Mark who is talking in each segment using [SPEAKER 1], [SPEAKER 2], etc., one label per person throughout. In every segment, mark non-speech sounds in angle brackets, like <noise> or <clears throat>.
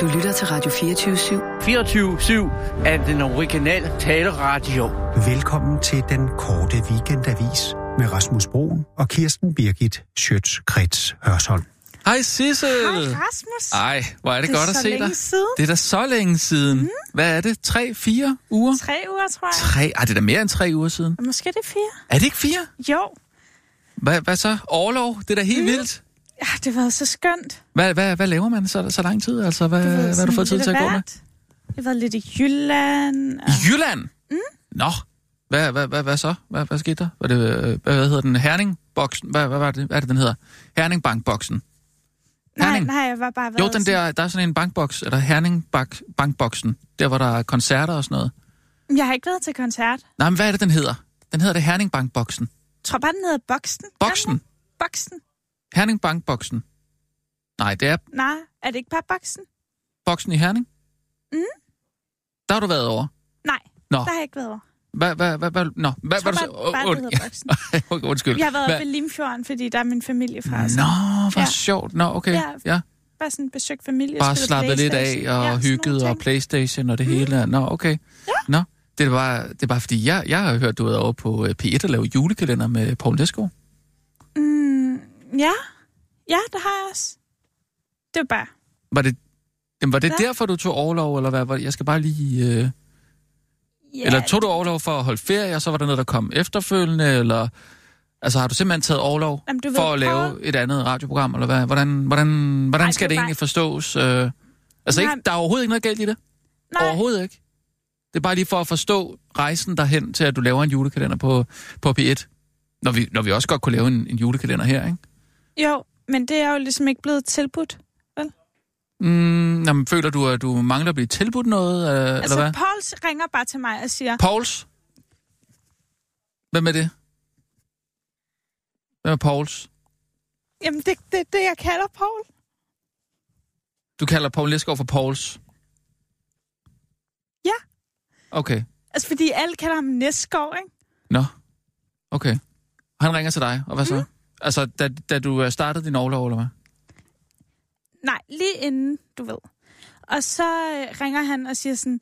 [SPEAKER 1] Du lytter til Radio 24 /7.
[SPEAKER 2] 24-7 af er den originale taleradio.
[SPEAKER 3] Velkommen til den korte weekendavis med Rasmus Broen og Kirsten Birgit Schøtz-Krets Hørsholm.
[SPEAKER 4] Hej Sissel!
[SPEAKER 5] Hej Rasmus.
[SPEAKER 4] Ej, hvor er det,
[SPEAKER 5] Det er
[SPEAKER 4] godt at
[SPEAKER 5] så
[SPEAKER 4] se
[SPEAKER 5] længe
[SPEAKER 4] dig.
[SPEAKER 5] siden.
[SPEAKER 4] Det er da så længe siden. Mm. Hvad er det? Tre, fire uger?
[SPEAKER 5] Tre uger, tror jeg.
[SPEAKER 4] Tre? Ej, det er da mere end tre uger siden.
[SPEAKER 5] Måske det er fire.
[SPEAKER 4] Er det ikke fire?
[SPEAKER 5] Jo.
[SPEAKER 4] Hvad, hvad så? Overlov? Det er da helt mm. vildt.
[SPEAKER 5] Ja, det var så skønt.
[SPEAKER 4] Hvad, hvad, hvad laver man så, så lang tid? Altså, hvad,
[SPEAKER 5] ved,
[SPEAKER 4] hvad har du
[SPEAKER 5] sådan
[SPEAKER 4] fået tid
[SPEAKER 5] lidt
[SPEAKER 4] til at
[SPEAKER 5] af
[SPEAKER 4] gå med?
[SPEAKER 5] hvert. Jeg har været lidt i Jylland. Og...
[SPEAKER 4] I Jylland? Mm. Nå. Hvad, hvad, hvad, hvad så? Hvad, hvad skete der? Var det, øh, hvad, hvad hedder den? Herning-boksen? Hvad, hvad, hvad, er det, hvad er det, den hedder? Herning-bankboksen.
[SPEAKER 5] Nej, nej, jeg var bare været
[SPEAKER 4] Jo, den
[SPEAKER 5] sådan-
[SPEAKER 4] der, der er sådan en bankboks, eller Herning-bankboksen, der hvor der er koncerter og sådan noget.
[SPEAKER 5] Jeg har ikke været til koncert.
[SPEAKER 4] Nej, men hvad er det, den hedder? Den hedder det Herning Bankboksen.
[SPEAKER 5] Jeg tror bare, den hedder Boksen. Gør den
[SPEAKER 4] Boksen?
[SPEAKER 5] ikke? Boksen.
[SPEAKER 4] Herning Bankboksen. Nej, det er
[SPEAKER 5] Nej, er det ikke bare Boksen?
[SPEAKER 4] boksen i Herning.
[SPEAKER 5] Mm.
[SPEAKER 4] Der har du været over.
[SPEAKER 5] Nej,
[SPEAKER 4] Nå.
[SPEAKER 5] der har jeg ikke været over.
[SPEAKER 4] Hvad, hvad, hvad, hvad, nå, hvad,
[SPEAKER 5] Jeg tror
[SPEAKER 4] hvad, du
[SPEAKER 5] bare, bare,
[SPEAKER 4] så?
[SPEAKER 5] det hedder Boksen.
[SPEAKER 4] oh, <laughs> undskyld.
[SPEAKER 5] Jeg har været
[SPEAKER 4] Hvad-
[SPEAKER 5] oppe i Limfjorden, fordi der er min familie fra. så
[SPEAKER 4] Nå, hvor
[SPEAKER 5] Ja.
[SPEAKER 4] sjovt. Nå, okay.
[SPEAKER 5] Ja,
[SPEAKER 4] Ja, ja.
[SPEAKER 5] Bare sådan besøgt familie.
[SPEAKER 4] Bare
[SPEAKER 5] spillet
[SPEAKER 4] slappet lidt af
[SPEAKER 5] Playstation.
[SPEAKER 4] og ja,
[SPEAKER 5] sådan
[SPEAKER 4] hygget
[SPEAKER 5] nogle
[SPEAKER 4] og
[SPEAKER 5] ting. Mm.
[SPEAKER 4] Playstation og det hele. Nå, okay. Ja. Nå, det er, bare, det er bare fordi, jeg, jeg har hørt, du er over på øh, P1 og lave julekalender med Poul Nesgaard.
[SPEAKER 5] Mm, ja. ja, det har jeg også. Det var bare...
[SPEAKER 4] Var det, jamen, var det
[SPEAKER 5] Hvad?
[SPEAKER 4] derfor, du tog overlov, eller hvad? Var- Jeg skal bare lige... Øh...
[SPEAKER 5] Ja,
[SPEAKER 4] Ja. Eller tog du overlov for at holde ferie, og så var der noget, der kom efterfølgende, eller... Altså, har du simpelthen taget overlov
[SPEAKER 5] Jamen, du ved,
[SPEAKER 4] for at lave
[SPEAKER 5] Paul-
[SPEAKER 4] et andet radioprogram, eller hvad? Hvordan, hvordan, hvordan
[SPEAKER 5] Nej,
[SPEAKER 4] skal
[SPEAKER 5] det
[SPEAKER 4] det
[SPEAKER 5] var-
[SPEAKER 4] egentlig forstås? Øh, altså,
[SPEAKER 5] Nej.
[SPEAKER 4] ikke, der er overhovedet ikke noget galt i det.
[SPEAKER 5] Nej,
[SPEAKER 4] Overhovedet ikke. Det er bare lige for at forstå rejsen derhen til, at du laver en julekalender på, på P1. Når vi, når vi også godt kunne lave en, en julekalender her, ikke?
[SPEAKER 5] Jo, men det er jo ligesom ikke blevet tilbudt.
[SPEAKER 4] Mm, jamen, føler du, at du mangler at blive tilbudt noget, øh,
[SPEAKER 5] Altså,
[SPEAKER 4] eller hvad?
[SPEAKER 5] Pauls ringer bare til mig og siger,
[SPEAKER 4] Pauls? Hvem er det? Hvem er Pauls?
[SPEAKER 5] jamen, det er det, det, jeg kalder Paul.
[SPEAKER 4] Du kalder Paul Lesgaard for Pauls?
[SPEAKER 5] Ja.
[SPEAKER 4] Okay.
[SPEAKER 5] Altså, fordi alle kalder ham Næskov, ikke?
[SPEAKER 4] Nå. Okay. Han ringer til dig, og hvad så?
[SPEAKER 5] Mhm.
[SPEAKER 4] Mm. Altså, da, da du øh, startede din overlov, eller hvad?
[SPEAKER 5] Nej, lige inden, du ved. Og så øh, ringer han og siger sådan,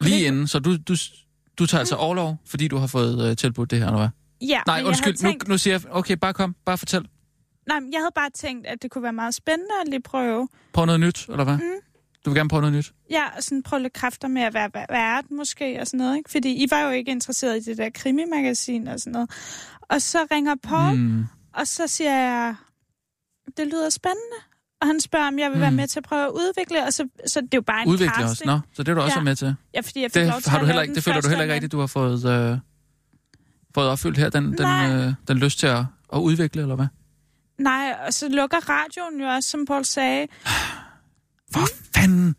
[SPEAKER 4] Lige
[SPEAKER 5] Lige-
[SPEAKER 4] inden, så du, du, du tager altså overlov, fordi du har fået øh, tilbudt det her, eller hvad?
[SPEAKER 5] ja,
[SPEAKER 4] Nej,
[SPEAKER 5] men
[SPEAKER 4] undskyld,
[SPEAKER 5] Mhm. jeg havde tænkt,
[SPEAKER 4] nu, nu siger jeg, okay, bare kom, bare fortæl.
[SPEAKER 5] nej, men jeg havde bare tænkt, at det kunne være meget spændende at lige prøve.
[SPEAKER 4] Prøv noget nyt, eller hvad?
[SPEAKER 5] Mhm.
[SPEAKER 4] Mm. Du vil gerne prøve noget nyt?
[SPEAKER 5] Ja, og sådan prøve lidt kræfter med at være væ- vært måske og sådan noget, ikke? Fordi I var jo ikke interesseret i det der krimimagasin og sådan noget. Og så ringer Paul, mm. og så siger jeg, det lyder spændende. Og han spørger, om jeg vil mm. være med til at prøve at udvikle, og så, så det er jo bare en
[SPEAKER 4] Udvikle os,
[SPEAKER 5] casting.
[SPEAKER 4] nå, så det er du også
[SPEAKER 5] Ja.
[SPEAKER 4] med til.
[SPEAKER 5] Ja, fordi jeg fik
[SPEAKER 4] Det,
[SPEAKER 5] lov til
[SPEAKER 4] har
[SPEAKER 5] at
[SPEAKER 4] du
[SPEAKER 5] lave
[SPEAKER 4] heller ikke,
[SPEAKER 5] den
[SPEAKER 4] det føler du
[SPEAKER 5] første
[SPEAKER 4] heller ikke
[SPEAKER 5] om-
[SPEAKER 4] rigtigt, du har fået, øh, fået opfyldt her, den, den,
[SPEAKER 5] Nej.
[SPEAKER 4] øh, den lyst til at, at udvikle, eller hvad?
[SPEAKER 5] Nej, og så lukker radioen jo også, som Paul sagde.
[SPEAKER 4] For fanden,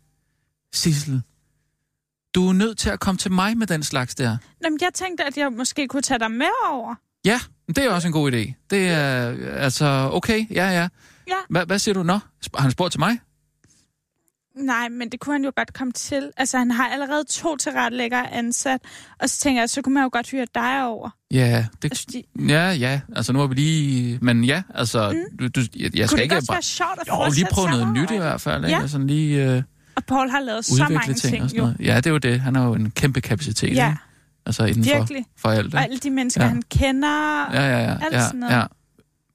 [SPEAKER 4] Sissel. Du er nødt til at komme til mig med den slags der.
[SPEAKER 5] Nå, men jeg tænkte, at jeg måske kunne tage dig med over.
[SPEAKER 4] Ja, men det er også en god idé. Det er, øh, altså, okay, ja, ja.
[SPEAKER 5] Ja.
[SPEAKER 4] Hva, hvad siger du? Nå, sp- har han spurgt til mig?
[SPEAKER 5] Nej, men det kunne han jo godt komme til. Altså, han har allerede to tilrettelæggere ansat. Og så tænker jeg, så kunne man jo godt hyre dig over.
[SPEAKER 4] Ja,
[SPEAKER 5] Altså,
[SPEAKER 4] det,
[SPEAKER 5] de,
[SPEAKER 4] ja, ja. Altså, nu har vi lige... Men ja, altså, mm. du, du, jeg, jeg
[SPEAKER 5] kunne
[SPEAKER 4] skal
[SPEAKER 5] det
[SPEAKER 4] ikke...
[SPEAKER 5] godt
[SPEAKER 4] bare-
[SPEAKER 5] være sjovt at
[SPEAKER 4] jo, lige
[SPEAKER 5] fortsætte
[SPEAKER 4] prøve noget nyt i
[SPEAKER 5] samarbejdet?
[SPEAKER 4] hvert fald. Ja.
[SPEAKER 5] Ja.
[SPEAKER 4] Ikke? Sådan lige øh,
[SPEAKER 5] Og Paul har lavet så mange
[SPEAKER 4] udvikle
[SPEAKER 5] ting,
[SPEAKER 4] ting, og sådan
[SPEAKER 5] jo.
[SPEAKER 4] noget. Ja, det er jo det. Han har jo en kæmpe kapacitet.
[SPEAKER 5] Ja.
[SPEAKER 4] Ikke? Altså inden for,
[SPEAKER 5] Virkelig.
[SPEAKER 4] for alt. Ikke?
[SPEAKER 5] Og alle de mennesker,
[SPEAKER 4] Ja.
[SPEAKER 5] ja. han kender.
[SPEAKER 4] Ja, ja, ja.
[SPEAKER 5] alt
[SPEAKER 4] ja,
[SPEAKER 5] sådan noget.
[SPEAKER 4] ja.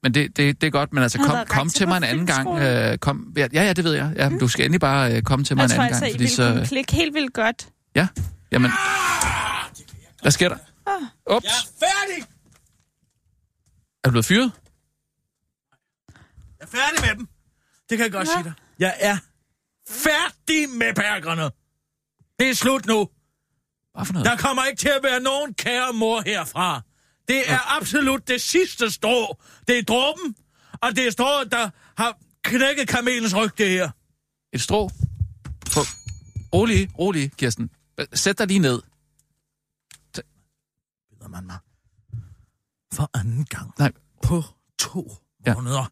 [SPEAKER 4] Men det, det, det er godt, men altså
[SPEAKER 5] Han har
[SPEAKER 4] kom,
[SPEAKER 5] været
[SPEAKER 4] kom
[SPEAKER 5] rektor
[SPEAKER 4] til
[SPEAKER 5] på
[SPEAKER 4] mig en anden gang.
[SPEAKER 5] filmskolen.
[SPEAKER 4] Øh, kom, ja, ja, det ved jeg. Ja, mm. Du skal endelig bare øh, komme til mig
[SPEAKER 5] Jeg
[SPEAKER 4] en
[SPEAKER 5] tror
[SPEAKER 4] anden
[SPEAKER 5] altså,
[SPEAKER 4] gang.
[SPEAKER 5] I ville
[SPEAKER 4] så,
[SPEAKER 5] kunne klikke helt vildt godt.
[SPEAKER 4] ja, jamen.
[SPEAKER 6] Ah!
[SPEAKER 4] Hvad sker der?
[SPEAKER 5] Ah.
[SPEAKER 4] Ups.
[SPEAKER 6] Færdig!
[SPEAKER 4] Er du blevet fyret?
[SPEAKER 6] Jeg er færdig med dem. Det kan jeg godt
[SPEAKER 5] Nå.
[SPEAKER 6] sige dig. Jeg er færdig med perkerne. Det er slut nu.
[SPEAKER 4] Hvad for noget?
[SPEAKER 6] Der kommer ikke til at være nogen kære mor herfra. Det er absolut det sidste strå. Det er dråben, og det er strået, der har knækket kamelens ryg, det her.
[SPEAKER 4] Et strå. På. Rolig, rolig, Kirsten. Sæt dig lige ned.
[SPEAKER 6] Bider man mig. For anden gang
[SPEAKER 4] Nej,
[SPEAKER 6] på to
[SPEAKER 4] Ja.
[SPEAKER 6] måneder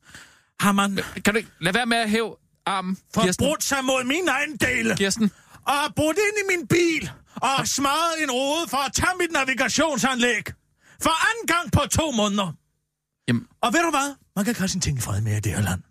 [SPEAKER 6] har man
[SPEAKER 4] kan du ikke lade være med at hæve armen, Kirsten?
[SPEAKER 6] forbrudt sig mod min egen dele.
[SPEAKER 4] Kirsten,
[SPEAKER 6] og har brudt ind i min bil og smadret en rode for at tage mit navigationsanlæg. For anden gang på to måneder.
[SPEAKER 4] Jamen.
[SPEAKER 6] Og ved du hvad? Man kan kalde sine ting i fred med i det her land.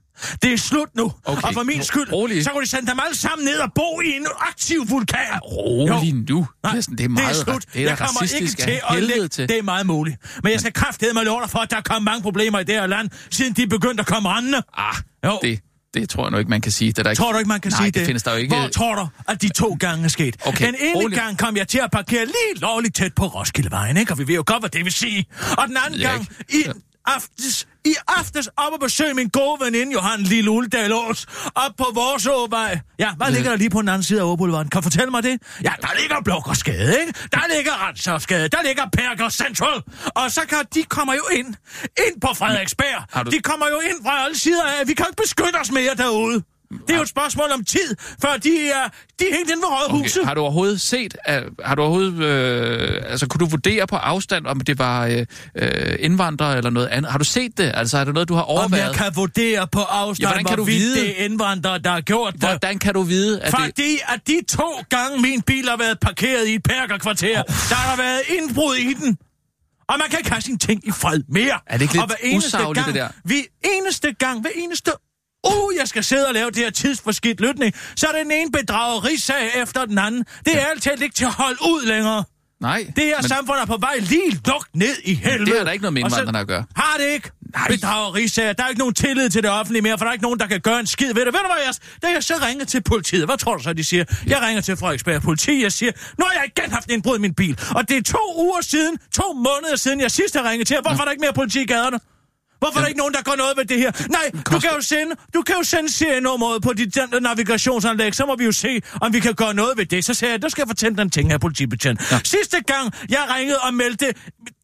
[SPEAKER 6] Det er slut nu.
[SPEAKER 4] Okay,
[SPEAKER 6] Og for min
[SPEAKER 4] ro-
[SPEAKER 6] skyld,
[SPEAKER 4] rolig.
[SPEAKER 6] så kunne de sende dem alle sammen ned og bo i en aktiv vulkan. Ja,
[SPEAKER 4] Rolig nu.
[SPEAKER 6] Nej,
[SPEAKER 4] Kirsten, det er meget
[SPEAKER 6] det er slut.
[SPEAKER 4] ra- Det er
[SPEAKER 6] jeg
[SPEAKER 4] da
[SPEAKER 6] kommer ikke
[SPEAKER 4] racistisk
[SPEAKER 6] til
[SPEAKER 4] af
[SPEAKER 6] at
[SPEAKER 4] helvede
[SPEAKER 6] lægge,
[SPEAKER 4] til.
[SPEAKER 6] Det er meget muligt. Men jeg skal kraftedeme mig lov for, at der er kommet mange problemer i det her land, siden de begyndte at komme rendende.
[SPEAKER 4] Ah,
[SPEAKER 6] Jo.
[SPEAKER 4] det, det tror jeg nu ikke, man kan sige. Det er der ikke...
[SPEAKER 6] Tror du ikke, man kan
[SPEAKER 4] Nej,
[SPEAKER 6] sige det?
[SPEAKER 4] det findes der jo ikke.
[SPEAKER 6] Hvor tror du, at de to gange er sket?
[SPEAKER 4] Okay,
[SPEAKER 6] den ene
[SPEAKER 4] rolig.
[SPEAKER 6] gang kom jeg til at parkere lige lovligt tæt på Roskildevejen, ikke? Og vi ved jo godt, hvad det vil sige. Og den anden
[SPEAKER 4] ved jeg
[SPEAKER 6] gang i
[SPEAKER 4] ikke.
[SPEAKER 6] aftes, i aftes op og besøg min gode veninde, Johan Lille Uldal Aas, op på vores åvej. Ja, hvad ligger der lige på den anden side af Åboulevarden? Kan du fortælle mig det? Ja, der ligger Blågårdsgade, ikke? Der ligger Randstofsgade, der ligger Perker Central. Og så kan de kommer jo ind, ind på
[SPEAKER 4] Har
[SPEAKER 6] Frederiksberg.
[SPEAKER 4] du-
[SPEAKER 6] De kommer jo ind fra alle sider af. Vi kan ikke beskytte os mere derude. Det er jo et spørgsmål om tid, før de er, de er hængt inde ved rådhuset.
[SPEAKER 4] Okay.
[SPEAKER 6] Okay.
[SPEAKER 4] Har du overhovedet set, øh, har du overhovedet, øh, altså kunne du vurdere på afstand, om det var øh, øh, indvandrere eller noget andet? Har du set det? Altså er det noget, du har
[SPEAKER 6] Om jeg
[SPEAKER 4] overvejet?
[SPEAKER 6] kan vurdere på
[SPEAKER 4] Ja,
[SPEAKER 6] afstand, ja,
[SPEAKER 4] hvordan kan du
[SPEAKER 6] hvorvidt
[SPEAKER 4] vide?
[SPEAKER 6] det er indvandrere, der har gjort det.
[SPEAKER 4] Hvordan kan du vide, at det...
[SPEAKER 6] Fordi at de to gange min bil har været parkeret i et perkerkvarter, der har været indbrud i den. Og man kan ikke have sine ting i fred mere.
[SPEAKER 4] Er det ikke lidt
[SPEAKER 6] og hver eneste
[SPEAKER 4] usagligt,
[SPEAKER 6] gang,
[SPEAKER 4] det der?
[SPEAKER 6] Vi eneste gang, hver eneste Uh, jeg skal sidde og lave det her tidsforskidt lytning. Så er den ene bedragerisag efter den anden. Det er ja. altid ikke til at holde ud længere.
[SPEAKER 4] Nej,
[SPEAKER 6] Det her
[SPEAKER 4] men-
[SPEAKER 6] men... samfund er på vej lige lukt ned i helvede.
[SPEAKER 4] Det har da ikke noget med
[SPEAKER 6] Og så-
[SPEAKER 4] indvandrerne at gøre.
[SPEAKER 6] Har det ikke? Nej. Bedragerisager. Der er ikke nogen tillid til det offentlige mere, for der er ikke nogen, der kan gøre en skid ved det. Ved du hvad, jeg, da jeg så ringer til politiet, hvad tror du så, de siger? Jeg ringer til Frederiksberg politi, jeg siger, nu har jeg igen haft en brud i min bil. Og det er to uger siden, to måneder siden, jeg sidst har ringet til jer. Hvorfor er der ikke mere politi i gaderne? Hvorfor er der ikke nogen, der gør noget ved det her? Nej, du kan jo sende, du kan jo sende serienummeret på dit den- navigationsanlæg, så må vi jo se, om vi kan gøre noget ved det. Så sagde jeg, du skal jeg fortælle dig en ting her, politibetjent. Ja. Sidste gang, jeg ringede og meldte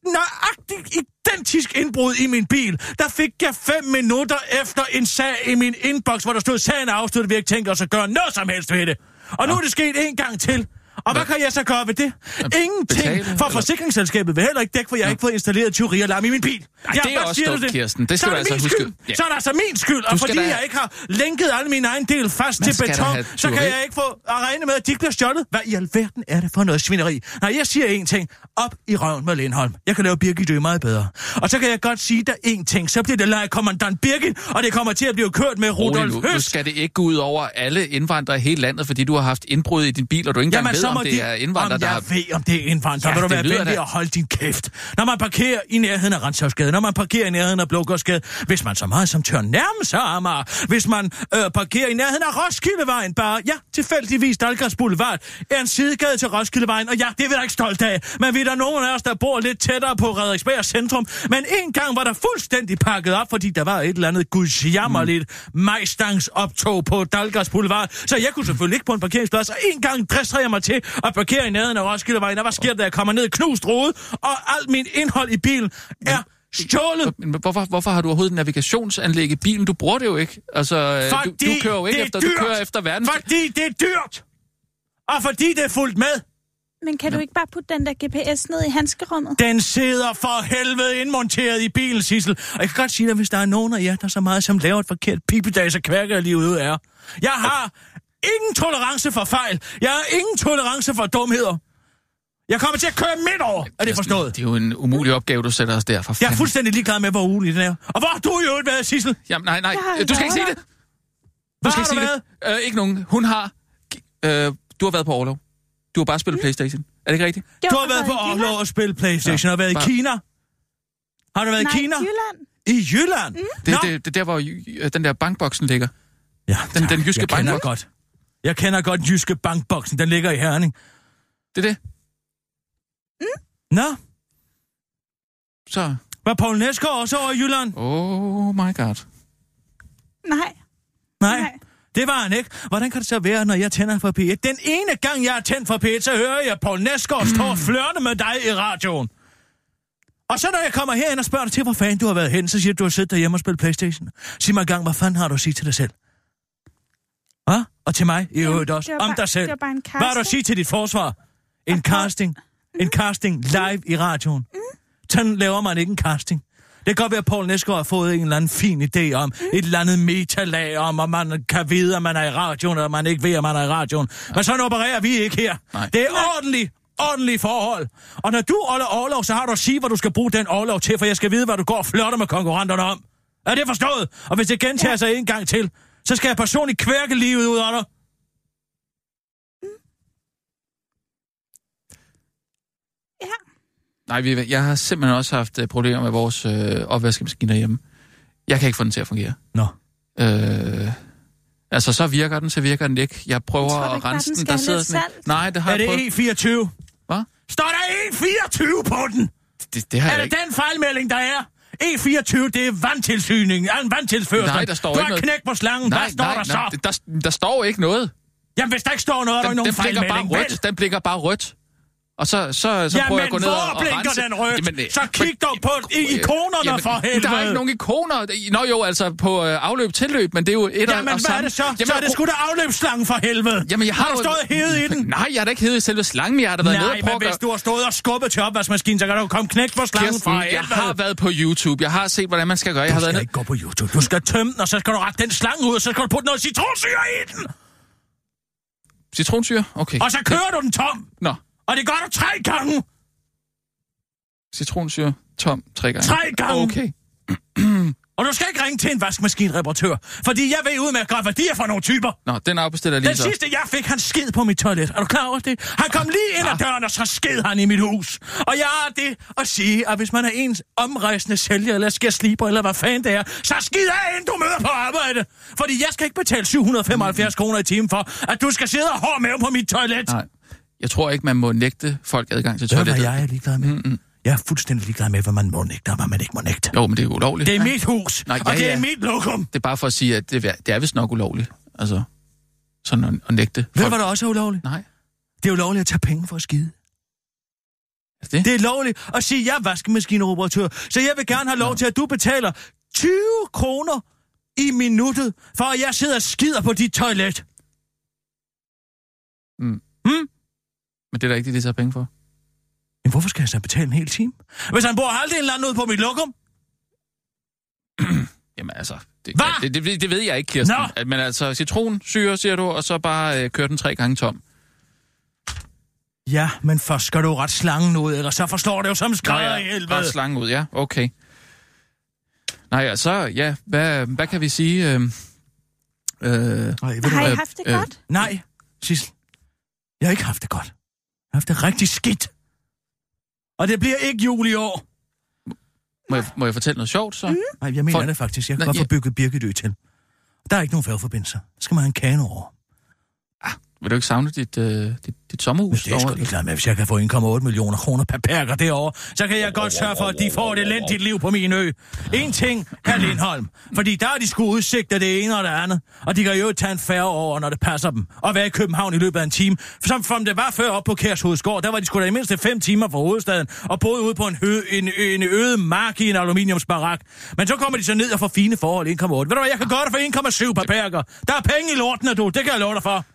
[SPEAKER 6] nøjagtigt identisk indbrud i min bil, der fik jeg fem minutter efter en sag i min inbox, hvor der stod, sagen er afsluttet, vi har ikke tænkt os at gøre noget som helst ved det. Og nu er det sket en gang til. Og hvad kan jeg så gøre ved det? Ingenting.
[SPEAKER 4] betale,
[SPEAKER 6] For
[SPEAKER 4] eller-
[SPEAKER 6] forsikringsselskabet vil heller ikke dække, for jeg har ikke fået installeret tyverialarm i min bil.
[SPEAKER 4] Ej, det er
[SPEAKER 6] hvad
[SPEAKER 4] også
[SPEAKER 6] siger
[SPEAKER 4] dumt, Kirsten. Det skal
[SPEAKER 6] så
[SPEAKER 4] du
[SPEAKER 6] er
[SPEAKER 4] altså
[SPEAKER 6] min
[SPEAKER 4] huske.
[SPEAKER 6] Skyld.
[SPEAKER 4] Ja.
[SPEAKER 6] Så er det altså min skyld,
[SPEAKER 4] Du
[SPEAKER 6] og
[SPEAKER 4] skal
[SPEAKER 6] fordi
[SPEAKER 4] da-
[SPEAKER 6] jeg ikke har lænket alle mine egen del fast
[SPEAKER 4] Man
[SPEAKER 6] til
[SPEAKER 4] skal da
[SPEAKER 6] beton,
[SPEAKER 4] have
[SPEAKER 6] så kan
[SPEAKER 4] tyveri.
[SPEAKER 6] jeg ikke få at regne med, at de bliver stjålet. Hvad i alverden er det for noget svineri? Nej, jeg siger én ting. Op i røven med Lindholm. Jeg kan lave Birgit Ø meget bedre. Og så kan jeg godt sige der én ting. Så bliver det lejekommandant Birgit, og det kommer til at blive kørt med
[SPEAKER 4] Rolig
[SPEAKER 6] Rudolf
[SPEAKER 4] nu. nu
[SPEAKER 6] Høst.
[SPEAKER 4] skal det ikke gå ud over alle indvandrere i hele landet, fordi du har haft indbrud i din bil, og du ikke engang ved, om det er indvandrere,
[SPEAKER 6] om
[SPEAKER 4] der
[SPEAKER 6] jeg
[SPEAKER 4] har...
[SPEAKER 6] ved, om det er indvandrere.
[SPEAKER 4] Ja,
[SPEAKER 6] Ja, vil du
[SPEAKER 4] det
[SPEAKER 6] være
[SPEAKER 4] lyder
[SPEAKER 6] venlig
[SPEAKER 4] da-
[SPEAKER 6] at holde din kæft? Når man parkerer i nærheden af Renshavsgade, når man parkerer i nærheden af Blågårdsgade, hvis man så meget som tør nærme sig Amager, hvis man øh, parkerer i nærheden af Roskildevejen bare, ja, tilfældigvis Dalgas Boulevard, er en sidegade til Roskildevejen, og ja, det er vi da ikke stolte af. Men vi er der nogen af os, der bor lidt tættere på Frederiksberg centrum, men en gang var der fuldstændig pakket op, fordi der var et eller andet gudsjammerligt mm. majstangsoptog på Dalgas Boulevard, så jeg kunne selvfølgelig ikke på en parkeringsplads, og en gang drister jeg mig til at parkere i nærheden af Roskildevejen, og hvad sker der, jeg kommer ned knust rode, og alt mit indhold i bilen er stjålet.
[SPEAKER 4] Men hvorfor, hvorfor har du overhovedet navigationsanlæg i bilen? Du bruger det jo ikke. Altså, øh, du,
[SPEAKER 6] Fordi
[SPEAKER 4] du kører jo ikke
[SPEAKER 6] det er
[SPEAKER 4] efter,
[SPEAKER 6] dyrt.
[SPEAKER 4] du kører efter verden.
[SPEAKER 6] Fordi det er dyrt! Og fordi det er fuldt med.
[SPEAKER 5] Men kan du ikke bare putte den der GPS ned i handskerummet?
[SPEAKER 6] Den sidder for helvede indmonteret i bilen, Sissel. Og jeg kan godt sige dig, hvis der er nogen af jer, der så meget som laver et forkert pipedag, så kværker jeg lige ud af jer. Jeg har ingen tolerance for fejl. Jeg har ingen tolerance for dumheder. Jeg kommer til at køre midt over. Er det forstået?
[SPEAKER 4] Det er jo en umulig opgave, du sætter os der for
[SPEAKER 6] Jeg er
[SPEAKER 4] fanden.
[SPEAKER 6] fuldstændig ligeglad med, hvor ugen den er. Og hvor har du i øvrigt været, Sissel? Hvad
[SPEAKER 4] Jamen, nej, nej.
[SPEAKER 5] Jeg har
[SPEAKER 4] Øh, Du skal ikke sige
[SPEAKER 5] været
[SPEAKER 4] det. Du skal
[SPEAKER 6] har
[SPEAKER 4] ikke sige
[SPEAKER 6] du været?
[SPEAKER 4] det. Øh, ikke nogen. Hun har... Øh, du har været på overlov. Du har bare
[SPEAKER 6] Mm.
[SPEAKER 4] spillet Playstation. Er det ikke rigtigt?
[SPEAKER 5] Det
[SPEAKER 6] Du
[SPEAKER 5] var
[SPEAKER 6] har været på
[SPEAKER 5] i
[SPEAKER 6] overlov og spillet Playstation
[SPEAKER 4] Ja,
[SPEAKER 6] og været i
[SPEAKER 4] bare-
[SPEAKER 6] Kina. Har du været
[SPEAKER 5] Jylland.
[SPEAKER 6] i Kina?
[SPEAKER 5] Nej, Jylland.
[SPEAKER 6] I Jylland?
[SPEAKER 4] Det,
[SPEAKER 6] Nå.
[SPEAKER 4] det, det, er der, hvor øh, den der bankboksen ligger.
[SPEAKER 6] Ja,
[SPEAKER 4] Den- den jyske
[SPEAKER 6] jeg kender
[SPEAKER 4] bankboks.
[SPEAKER 6] godt. Jeg kender godt jyske bankboksen. Den ligger i Herning.
[SPEAKER 4] Det er det.
[SPEAKER 6] Nå,
[SPEAKER 4] Så...
[SPEAKER 6] var Poul Nesgaard også over i Jylland?
[SPEAKER 4] Oh my god.
[SPEAKER 5] Nej.
[SPEAKER 6] Nej.
[SPEAKER 5] Nej.
[SPEAKER 6] Det var han ikke. Hvordan kan det så være, når jeg tænder for P1? Den ene gang, jeg er tændt for P1, så hører jeg Poul Nesgaard
[SPEAKER 5] Mm.
[SPEAKER 6] stå og flørte med dig i radioen. Og så når jeg kommer herind og spørger dig til, hvor fanden du har været hen, så siger du, du har siddet derhjemme og spillet Playstation. Sig mig engang, hvad fanden har du at sige til dig selv? Hva? Og til mig i øvrigt
[SPEAKER 5] det
[SPEAKER 6] også.
[SPEAKER 5] var
[SPEAKER 6] Om
[SPEAKER 5] bare-
[SPEAKER 6] dig selv.
[SPEAKER 5] det var bare en
[SPEAKER 6] Hvad har du at sige til dit forsvar? En casting. En casting live i radioen. Sådan laver man ikke en casting. Det kan godt være, at Poul Nesgaard har fået en eller anden fin idé om, et eller andet metalag om, at man kan vide, at man er i radioen, eller man ikke ved, at man er i radioen. Men sådan opererer vi ikke her.
[SPEAKER 4] Nej.
[SPEAKER 6] Det er ordentligt, ordentligt forhold. Og når du holder overlov, så har du at sige, hvad du skal bruge den overlov til, for jeg skal vide, hvad du går og flotter med konkurrenterne om. Er det forstået? Og hvis det gentager ja. sig en gang til, så skal jeg personligt kværke livet ud af dig.
[SPEAKER 5] Ja.
[SPEAKER 4] Nej, vi, jeg har simpelthen også haft øh, problemer med vores øh, opvaskemaskiner hjemme. Jeg kan ikke få den til at fungere.
[SPEAKER 6] Nå.
[SPEAKER 4] Øh, altså, så virker den, så virker den ikke. Jeg prøver
[SPEAKER 5] Tror du
[SPEAKER 4] at
[SPEAKER 5] ikke bare,
[SPEAKER 4] rense
[SPEAKER 5] den
[SPEAKER 4] den.
[SPEAKER 5] skal
[SPEAKER 4] Der
[SPEAKER 5] have
[SPEAKER 4] sidder
[SPEAKER 5] lidt
[SPEAKER 4] sådan en-
[SPEAKER 5] salt?
[SPEAKER 4] Nej, det har
[SPEAKER 6] Er
[SPEAKER 4] jeg
[SPEAKER 6] det
[SPEAKER 4] prøvet.
[SPEAKER 6] E24?
[SPEAKER 4] Hvad?
[SPEAKER 6] Står der E24 på den?
[SPEAKER 4] Det, det har
[SPEAKER 6] Er
[SPEAKER 4] jeg
[SPEAKER 6] det
[SPEAKER 4] ikke.
[SPEAKER 6] den fejlmelding, der er? E24, det er vandtilsyning, en vandtilførsel.
[SPEAKER 4] Nej, der står
[SPEAKER 6] du
[SPEAKER 4] ikke
[SPEAKER 6] har
[SPEAKER 4] noget.
[SPEAKER 6] knæk på slangen, nej, hvad står nej, der så? Nej.
[SPEAKER 4] Der, der, der står ikke noget.
[SPEAKER 6] Jamen, hvis der ikke står noget, er der
[SPEAKER 4] Den,
[SPEAKER 6] ikke nogen
[SPEAKER 4] den blinker bare
[SPEAKER 6] fejlmelding, vel?
[SPEAKER 4] rødt. Den blinker bare rødt. Og så, så, så prøver jeg at gå ned og, og
[SPEAKER 6] hvor blinker
[SPEAKER 4] rense.
[SPEAKER 6] den rødt?
[SPEAKER 4] øh,
[SPEAKER 6] så kig dog på i- ikonerne
[SPEAKER 4] Jamen,
[SPEAKER 6] for helvede.
[SPEAKER 4] Der er ikke nogen ikoner. Nå jo, altså på øh, afløb tilløb, men det er jo et og,
[SPEAKER 6] Jamen,
[SPEAKER 4] og
[SPEAKER 6] hvad er
[SPEAKER 4] samme.
[SPEAKER 6] det så? Jamen, så er det sgu da afløbsslangen for helvede.
[SPEAKER 4] Jamen, jeg har,
[SPEAKER 6] du
[SPEAKER 4] jo-
[SPEAKER 6] stået hævet i den?
[SPEAKER 4] Nej, jeg har da ikke hævet i selve slangen. Jeg har da været nede
[SPEAKER 6] Nej,
[SPEAKER 4] og prøve
[SPEAKER 6] men
[SPEAKER 4] at
[SPEAKER 6] hvis
[SPEAKER 4] gøre...
[SPEAKER 6] du har stået og skubbet til opvaskemaskinen, så kan du komme knæk på slangen
[SPEAKER 4] Kirsten,
[SPEAKER 6] for
[SPEAKER 4] jeg har
[SPEAKER 6] helvede.
[SPEAKER 4] været på YouTube. Jeg har set, hvordan man skal gøre. Jeg har
[SPEAKER 6] Du
[SPEAKER 4] været
[SPEAKER 6] skal
[SPEAKER 4] nede.
[SPEAKER 6] ikke gå på YouTube. Du skal tømme den, og så skal du rette den slange ud, og så skal du putte noget citronsyre i den.
[SPEAKER 4] Citronsyre? Okay.
[SPEAKER 6] Og så kører du den tom.
[SPEAKER 4] Nå,
[SPEAKER 6] Og det gør du tre gange.
[SPEAKER 4] citronsyre, tom, tre gange.
[SPEAKER 6] Tre gange.
[SPEAKER 4] Okay.
[SPEAKER 6] Og du skal ikke ringe til en vaskemaskinereparatør, fordi jeg ved udmærket godt, hvad de er for nogle typer.
[SPEAKER 4] Nå, den afbestiller jeg lige
[SPEAKER 6] Den
[SPEAKER 4] så.
[SPEAKER 6] sidste, jeg fik, han sked på mit toilet. Er du klar over det? Han kom lige ind ad døren, og så sked han i mit hus. Og jeg har det at sige, at hvis man er ens omrejsende sælger, eller skal sliber, eller hvad fanden det er, så skid af, inden du møder på arbejde. Fordi jeg skal ikke betale 775 kroner i timen for, at du skal sidde og hård maven på mit toilet.
[SPEAKER 4] Nej. Jeg tror ikke, man må nægte folk adgang til
[SPEAKER 6] Det er,
[SPEAKER 4] toilettet.
[SPEAKER 6] hvad jeg er ligeglad med. Mm-mm. Jeg er fuldstændig ligeglad med, hvad man må nægte, og hvad man ikke må nægte.
[SPEAKER 4] Jo, men det er jo ulovligt.
[SPEAKER 6] Det er mit hus,
[SPEAKER 4] Nej,
[SPEAKER 6] og
[SPEAKER 4] ja,
[SPEAKER 6] det er
[SPEAKER 4] ja.
[SPEAKER 6] mit lokum.
[SPEAKER 4] Det er bare for at sige, at det, er- det er vist nok ulovligt. Altså, sådan at, at nægte.
[SPEAKER 6] Ved du, hvad der også er ulovligt?
[SPEAKER 4] Nej.
[SPEAKER 6] Det er ulovligt at tage penge for at skide.
[SPEAKER 4] Er det? det...
[SPEAKER 6] Det er lovligt at sige, at jeg er vaskemaskineoperatør, så jeg vil gerne have lov til, at du betaler 20 kroner i minuttet, for at jeg sidder og skider på dit toilet.
[SPEAKER 4] Men det er da ikke det, de tager penge for.
[SPEAKER 6] Men hvorfor skal jeg så betale en hel time? Hvis han bor halvdelen af landet ude på mit lokum?
[SPEAKER 4] Jamen altså, det,
[SPEAKER 6] Hva?
[SPEAKER 4] det, det, det, det ved jeg ikke, Kirsten.
[SPEAKER 6] Nå.
[SPEAKER 4] At, men altså, citronsyre, siger du, og så bare øh, køre den tre gange tom.
[SPEAKER 6] Ja, men først skal du jo ret slangen ud, eller så forstår det jo som skrædder i helvede.
[SPEAKER 4] Bare slange ud, ja. Okay. Nej, ja, så, ja, hvad, hvad kan vi sige? Øh, øh,
[SPEAKER 6] Nej,
[SPEAKER 5] Har
[SPEAKER 6] ved du,
[SPEAKER 5] I
[SPEAKER 4] hvad?
[SPEAKER 5] haft det
[SPEAKER 4] Øh,
[SPEAKER 5] godt?
[SPEAKER 6] nej, Sissel. Jeg har ikke haft det godt. Jeg har haft det rigtig skidt. Og det bliver ikke jul i år.
[SPEAKER 4] må, jeg, må jeg fortælle noget sjovt, så? Mm.
[SPEAKER 6] Nej, jeg mener
[SPEAKER 4] For-
[SPEAKER 6] For... det faktisk. Jeg
[SPEAKER 4] Nå,
[SPEAKER 6] kan godt
[SPEAKER 4] ja.
[SPEAKER 6] få bygget Birkedø til. Der er ikke nogen færgeforbindelser. Der skal man have en kano over.
[SPEAKER 4] Vil du ikke savne dit, øh, dit, dit sommerhus?
[SPEAKER 6] Men det er jeg sgu
[SPEAKER 4] derovre?
[SPEAKER 6] ligeglad med. Hvis jeg kan få 1,8 millioner kroner per perker derovre, så kan jeg godt sørge for, at de får et elendigt liv på min ø. En ting, herr Lindholm. Fordi der er de sgu udsigter det ene og det andet. Og de kan jo tage en færge over, når det passer dem. Og være i København i løbet af en time. Som som det var før op på Kærshovedsgård, der var de sgu da i mindst fem timer fra hovedstaden. Og boede ude på en, hø, en, en øde mark i en aluminiumsbarak. Men så kommer de så ned og får fine forhold 1,8. Ved du hvad, jeg kan gøre det for 1,7 per perker. Der er penge i lorten, du. Det kan jeg love dig for.